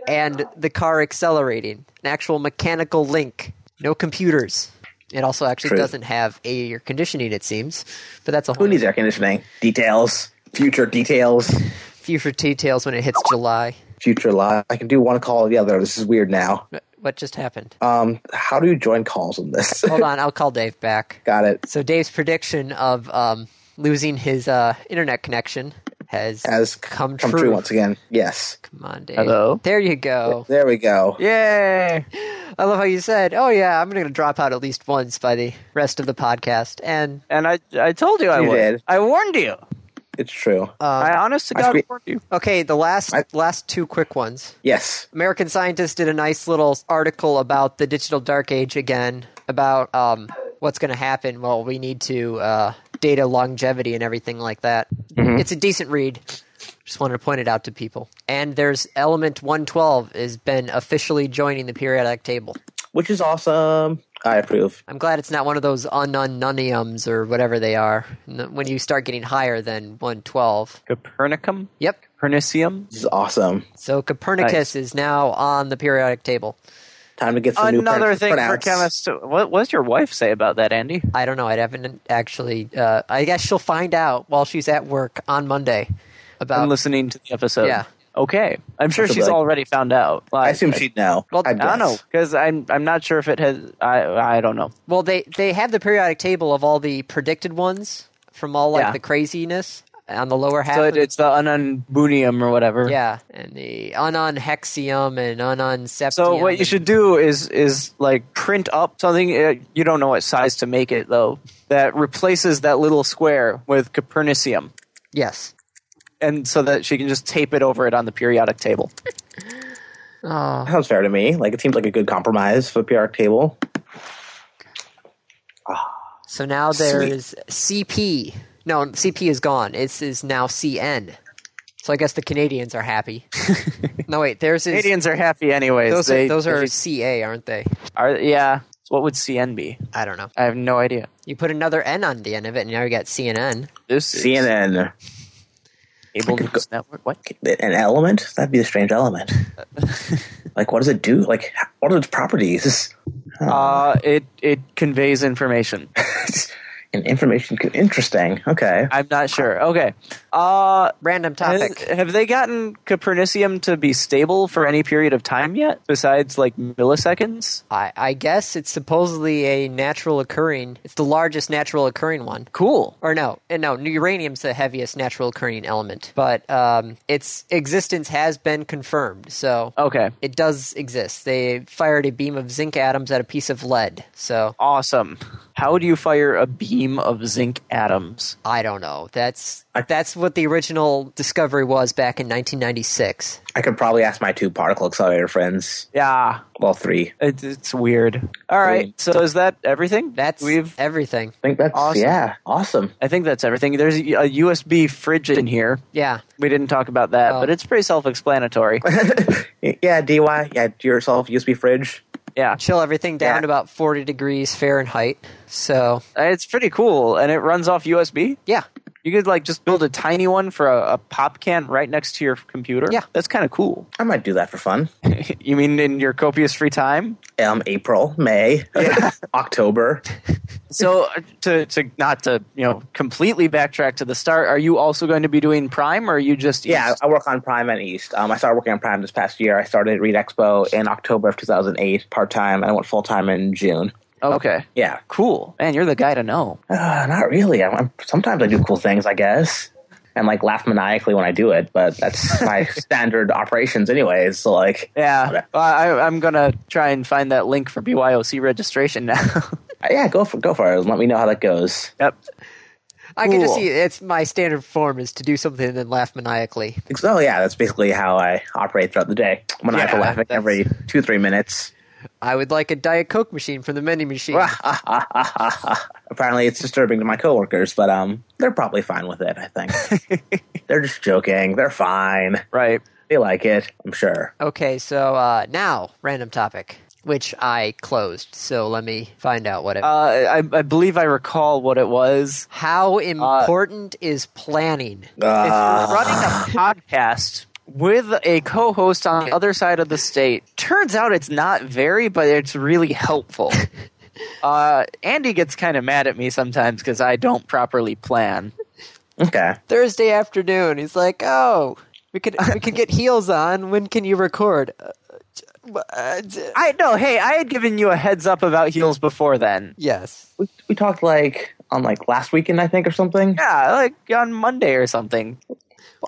and the car accelerating. An actual mechanical link. No computers. It also actually
True.
doesn't have air conditioning. It seems, but that's a whole
Who needs air conditioning? Details. Future details.
future details when it hits July.
Future live. I can do one call or the other. This is weird now.
What just
[laughs]
happened?
Um, how do you join calls on this?
Hold on, I'll call Dave back.
[laughs] Got it.
So Dave's prediction of um, losing his uh, internet connection has
Has
come,
come
true.
true. once again. Yes.
Come on, Dave.
Hello?
There you go.
There we go.
Yay!
I love how you said, "Oh yeah, I'm going to drop out at least once by the rest of the podcast." And
And I, I told you I
You
would.
did.
I warned you.
It's true.
I
um,
honest to
I
God
sque-
warned you.
okay, the last
I-
last two quick ones.
Yes.
American scientists did a nice little article about the digital dark age again, about um, what's going to happen. Well, we need to uh, data longevity and everything like that.
Mhm.
It's a decent read. Just wanted to point it out to people. And there's element 112 has been officially joining the periodic table.
which is awesome. I approve.
I'm glad it's not one of those ununnuniums or whatever they are. N- When you start getting higher than 112.
Copernicum?
Yep.
Pernicium?
This is awesome.
So Copernicus
Nice.
is now on the periodic table.
Time to get some new
Another
print-
thing for
printouts.
chemists. To, what, what does your wife say about that, Andy?
I don't know. I haven't actually. Uh, I guess she'll find out while she's at work on Monday
I'm
about.
listening to the episode.
Yeah.
Okay. I'm sure
Uh, That's
she's
about-
already found out.
I assume she'd know.
Well,
I,
I don't know
guess.
because I'm I'm not sure if it has. I I don't know.
Well, they they have the periodic table of all the predicted ones from all like
Yeah.
the craziness on the lower half.
So
of
it,
the-
it's the ununbunium or whatever.
yeah, and the unonhexium and unonseptium.
So what you
and-
should do is is like print up something. uh, You don't know what size to make it though. That replaces that little square with Copernicium,
yes.
and so that she can just tape it over it on the periodic table.
Oh,
Sounds fair to me. Like it seems like a good compromise for PR table.
so now there's CP. No, CP is gone. It's is now CN. So I guess the Canadians are happy.
[laughs]
no, wait. There's is,
Canadians are happy anyways.
those
They-
are, those are
they
CA, aren't they?
are- yeah. So What would CN be?
I don't know.
I have no idea.
You put another N on the end of it, and now you got CNN.
This is
CNN,
Cable News Network. What?
an element that'd be a
[laughs]
strange element. like, what does it do? Like, what are its properties?
Uh, it it conveys information.
and information. co- Interesting. Okay.
I'm not sure. Okay. Uh,
Random topic.
Has- have they gotten Copernicium to be stable for any period of time yet, besides like milliseconds?
I, I guess it's supposedly a natural occurring. It's the largest natural occurring one.
Cool.
Or no, eh, no, uranium's the heaviest natural occurring element, but um, its existence has been confirmed. So
Okay.
it does exist. They fired a beam of zinc atoms at a piece of lead. So
Awesome. How do you fire a beam of zinc atoms?
I don't know. That's that's what the original discovery was back in 1996.
I could probably ask my two particle accelerator friends.
Yeah,
Well, three.
it, it's weird. All right. So is that everything?
That's e-
we've.
everything.
I think that's
Awesome.
yeah, awesome.
I think that's everything. There's a a USB fridge in here.
Yeah.
We didn't talk about that,
Oh.
but it's
[laughs]
pretty self-explanatory.
yeah, DY. Yeah, do yourself USB fridge.
yeah.
Chill everything down
Yeah.
to about 40 degrees Fahrenheit. So,
It's pretty cool, and it runs off USB.
yeah.
You could like just build a tiny one for a, a pop can right next to your computer.
Yeah.
that's kind of cool.
I might do that for fun.
[laughs] you mean in your copious free time?
Um, April, May, [laughs] October.
[laughs] So uh, to to not to you know completely backtrack to the start. Are you also going to be doing Prime, or are you just
Yeah,
East?
I work on Prime and East. Um, I started working on Prime this past year. I started at Read Expo in October of 2008, part time, and I went full time in June.
Okay,
Yeah,
cool, man. You're the guy to know.
uh, not really. I'm, I'm, sometimes I do cool things, I guess, and like laugh maniacally when I do it. But
[laughs]
that's my standard operations, anyways. So like,
Yeah,
Okay.
uh, I, I'm gonna try and find that link for BYOC registration now. [laughs]
yeah, go for go for it. Let me know how that goes.
yep.
I can just
Cool.
see it's my standard form is to do something and then laugh maniacally.
Oh yeah, that's basically how I operate throughout the day. When I have to
Yeah,
laugh at
that's-
every two three minutes.
I would like a Diet Coke machine from the vending machine.
Apparently, it's disturbing to my coworkers, but um, they're probably fine with it. I think [laughs] they're just joking. They're fine.
Right.
They like it. I'm sure.
Okay, so uh, now random topic, which I closed. So let me find out what it.
Uh, I, I believe I recall what it was.
How important is planning?
if
Uh,
you're running a podcast with a co-host on the other side of the state turns out it's not very but it's really helpful uh, andy gets kind of mad at me sometimes because i don't properly plan
okay.
Thursday afternoon, he's like, "Oh, we could we could
[laughs]
get heels on. When can you record?" Uh, uh, d-
i know hey i had given you a heads up about heels before then
yes.
We, we talked like on like last weekend, I think, or something.
yeah like on monday or something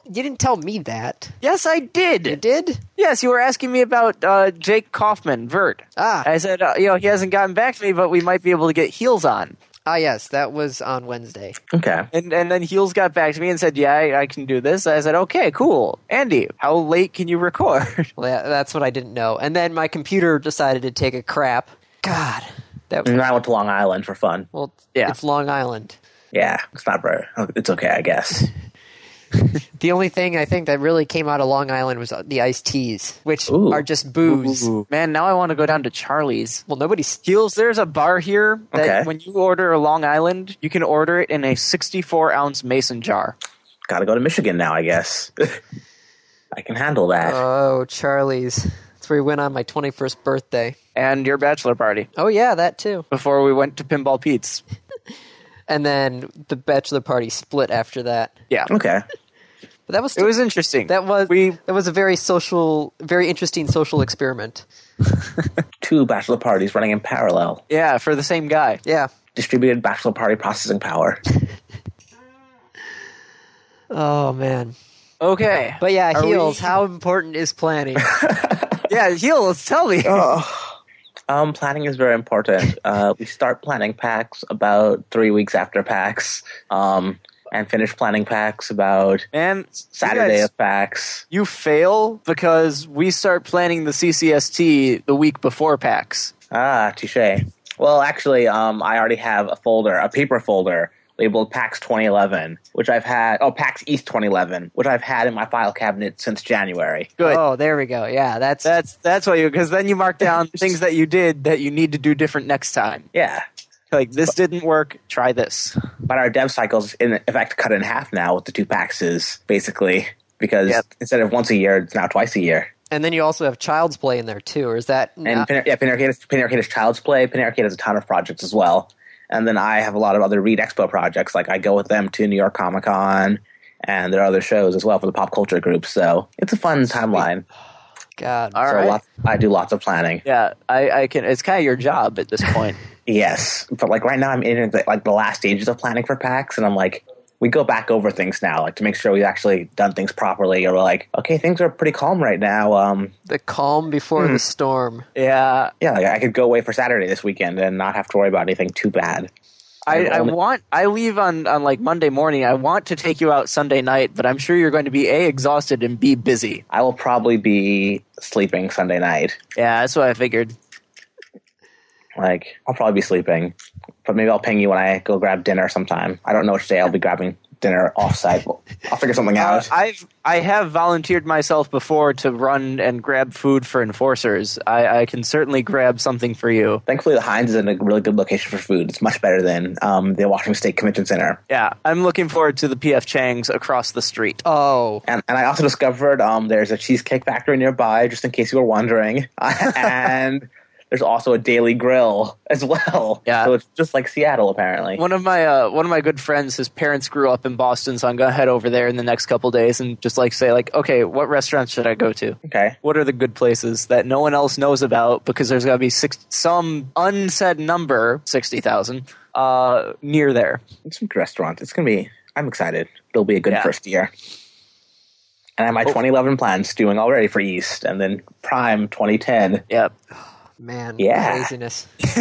You didn't tell me that.
yes i
You
did
did?
yes you were asking me about uh, jake kaufman vert
Ah.
i said uh, you know he hasn't gotten back to me but we might be able to get heels on
Ah, yes. That was on Wednesday.
Okay.
And and then Heels got back to me and said, "Yeah, I, I can do this." I said, "Okay, cool, Andy. How late can you record?" [laughs]
Well, yeah, that's what I didn't know. And then my computer decided to take a crap. God, that
And I went to Long Island for fun.
well,
Yeah.
it's Long Island.
Yeah, it's not very. It's okay, I [laughs] guess.
The only thing I think that really came out of Long Island was the iced teas, which
Ooh.
are just booze.
Man, now I want to go down to Charlie's.
Well, nobody's.
Heels, there's a bar here that
Okay.
when you order a Long Island, you can order it in a 64 ounce mason jar.
Got to go to Michigan now, I guess. [laughs] I can handle that.
Oh, Charlie's. That's where we went on my 21st birthday.
And your bachelor party
Oh, yeah, that too.
before we went to Pinball Pete's.
And then the bachelor party split after that.
Yeah.
okay.
But that was,
It was interesting.
that was
we
that was a very social, very interesting social experiment.
Two bachelor parties running in parallel.
yeah, for the same guy.
Yeah.
Distributed bachelor party processing power.
Oh man.
Okay.
But yeah,
Are
heels.
we-
[laughs] How important is [laughs] planning?
yeah, heels, tell me.
Oh. Um, planning is very important. Uh, we start planning packs about three weeks after packs, um, and finish planning packs about
Man,
Saturday
You, guys,
of packs.
you fail because we start planning the CCST the week before PAX.
Ah, touche. Well, actually, um, I already have a folder, a paper folder labeled PAX 2011, which I've had, oh, PAX East 2011, which I've had in my file cabinet since January.
Good.
Oh, there we go. Yeah, that's
That's that's why you because then you mark [laughs] down things that you did that you need to do different next time.
Yeah,
Like this didn't work, try this.
but our dev cycle's in effect cut in half now with the two PAXs, basically, because
Yep.
instead of once a year, it's now twice a year.
and then you also have child's play in there too, or is that
And
not-
Pin- yeah, Pin Arcade, is, Pin Arcade is Child's Play. Pin Arcade has a ton of projects as well. And then I have a lot of other Read Expo projects. Like I go with them to New York Comic Con, and there are other shows as well for the pop culture group. So it's a fun timeline.
God?
All
so
right.
lots, I do lots of planning.
Yeah, I, I can. It's kind of your job at this point.
Yes, but like right now I'm in the, like the last stages of planning for PAX, and I'm like. We go back over things now, like to make sure we've actually done things properly, or we're like, okay, things are pretty calm right now. Um,
The calm before the storm.
[laughs] yeah,
yeah, like, I could go away for Saturday this weekend and not have to worry about anything too bad.
I, I
Enrollment.
want. I leave on on like Monday morning. I want to take you out Sunday night, but I'm sure you're going to be a exhausted and b busy.
I will probably be sleeping Sunday night.
Yeah, that's what I figured.
Like, I'll probably be sleeping, but maybe I'll ping you when I go grab dinner sometime. I don't know which day I'll be grabbing dinner offsite. Well, I'll figure something
Uh,
out.
I've I have volunteered myself before to run and grab food for enforcers. I, I can certainly grab something for you.
Thankfully, the Heinz is in a really good location for food. It's much better than um, the Washington State Convention Center.
Yeah, I'm looking forward to the PF Chang's across the street.
Oh,
And, and I also discovered um, there's a cheesecake factory nearby, just in case you were wondering. [laughs] and there's also a daily grill as well.
Yeah.
So it's just like Seattle, apparently.
One of my uh, one of my good friends, his parents grew up in Boston, so I'm gonna head over there in the next couple days and just like say like, okay, what restaurants should I go to?
okay.
What are the good places that no one else knows about? Because there's gonna be six, some unsaid number sixty thousand uh, near there.
some good restaurants. It's gonna be. I'm excited. It'll be a good
Yeah.
first year. And I have my 2011 plans doing already for East, and then Prime 2010.
Yep.
man.
Yeah.
Laziness. [laughs]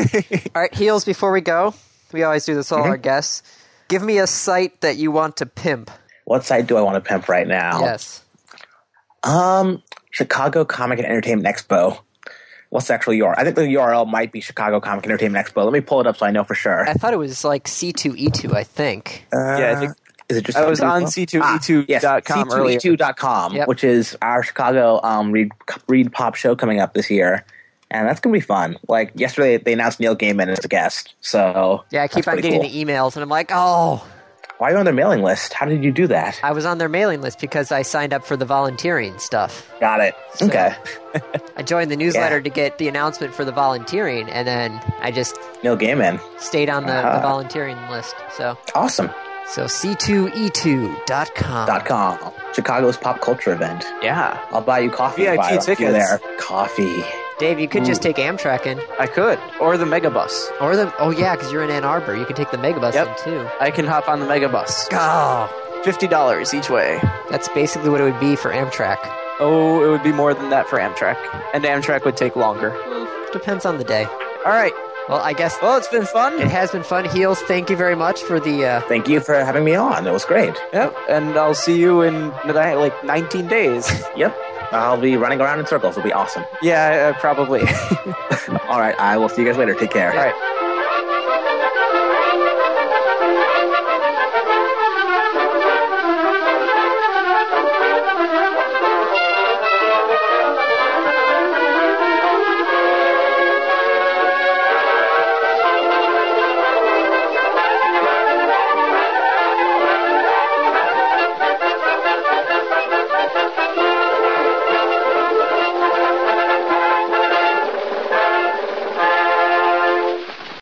all right, heels. Before we go, we always do this. to All our guests. Give me a site that you want to pimp.
What site do I want to pimp right now?
Yes.
Um, Chicago Comic and Entertainment Expo. What's the actual URL? I think the URL might be Chicago Comic and Entertainment Expo. Let me pull it up so I know for sure.
I thought it was like C2E2, I think.
yeah, I think-
is it just? Ah,
I was on
E dot
C2E2.com earlier.
C2E2.com,
Yep.
which is our Chicago um, read, read pop show coming up this year. And that's going to be fun. Like, yesterday they announced Neil Gaiman as a guest. So,
Yeah, I keep
that's
on
pretty
getting
cool.
the emails, and I'm like, oh,
Why are you on their mailing list? How did you do that?
I was on their mailing list because I signed up for the volunteering stuff.
Got it. Okay.
I joined the newsletter to get the announcement for the volunteering, and then I just
Neil Gaiman.
stayed on the, the
Ah.
volunteering list. So,
Awesome.
so E c2e2.com.
Dot com. Chicago's pop culture event.
Yeah,
I'll buy you coffee.
VIP
if I don't see you
tickets.
there. Coffee.
Dave, you could just take Amtrak in,
I could or the Megabus.
or the oh yeah, because you're in Ann Arbor, you could take the megabus
Yep.
in too.
I can hop on the Megabus.
Oh,
Fifty dollars each way.
that's basically what it would be for Amtrak.
Oh, it would be more than that for Amtrak, and Amtrak would take longer.
Depends on the day.
All right.
Well, I guess
Well, it's been fun.
it has been fun. Heels, thank you very much for the. Uh,
Thank you for having me on. It was great.
Yep, and I'll see you in ni- like 19 days. [laughs]
Yep. I'll be running around in circles. It'll be awesome.
yeah, uh, probably. [laughs] All
All right. I will see you guys later. Take care.
right.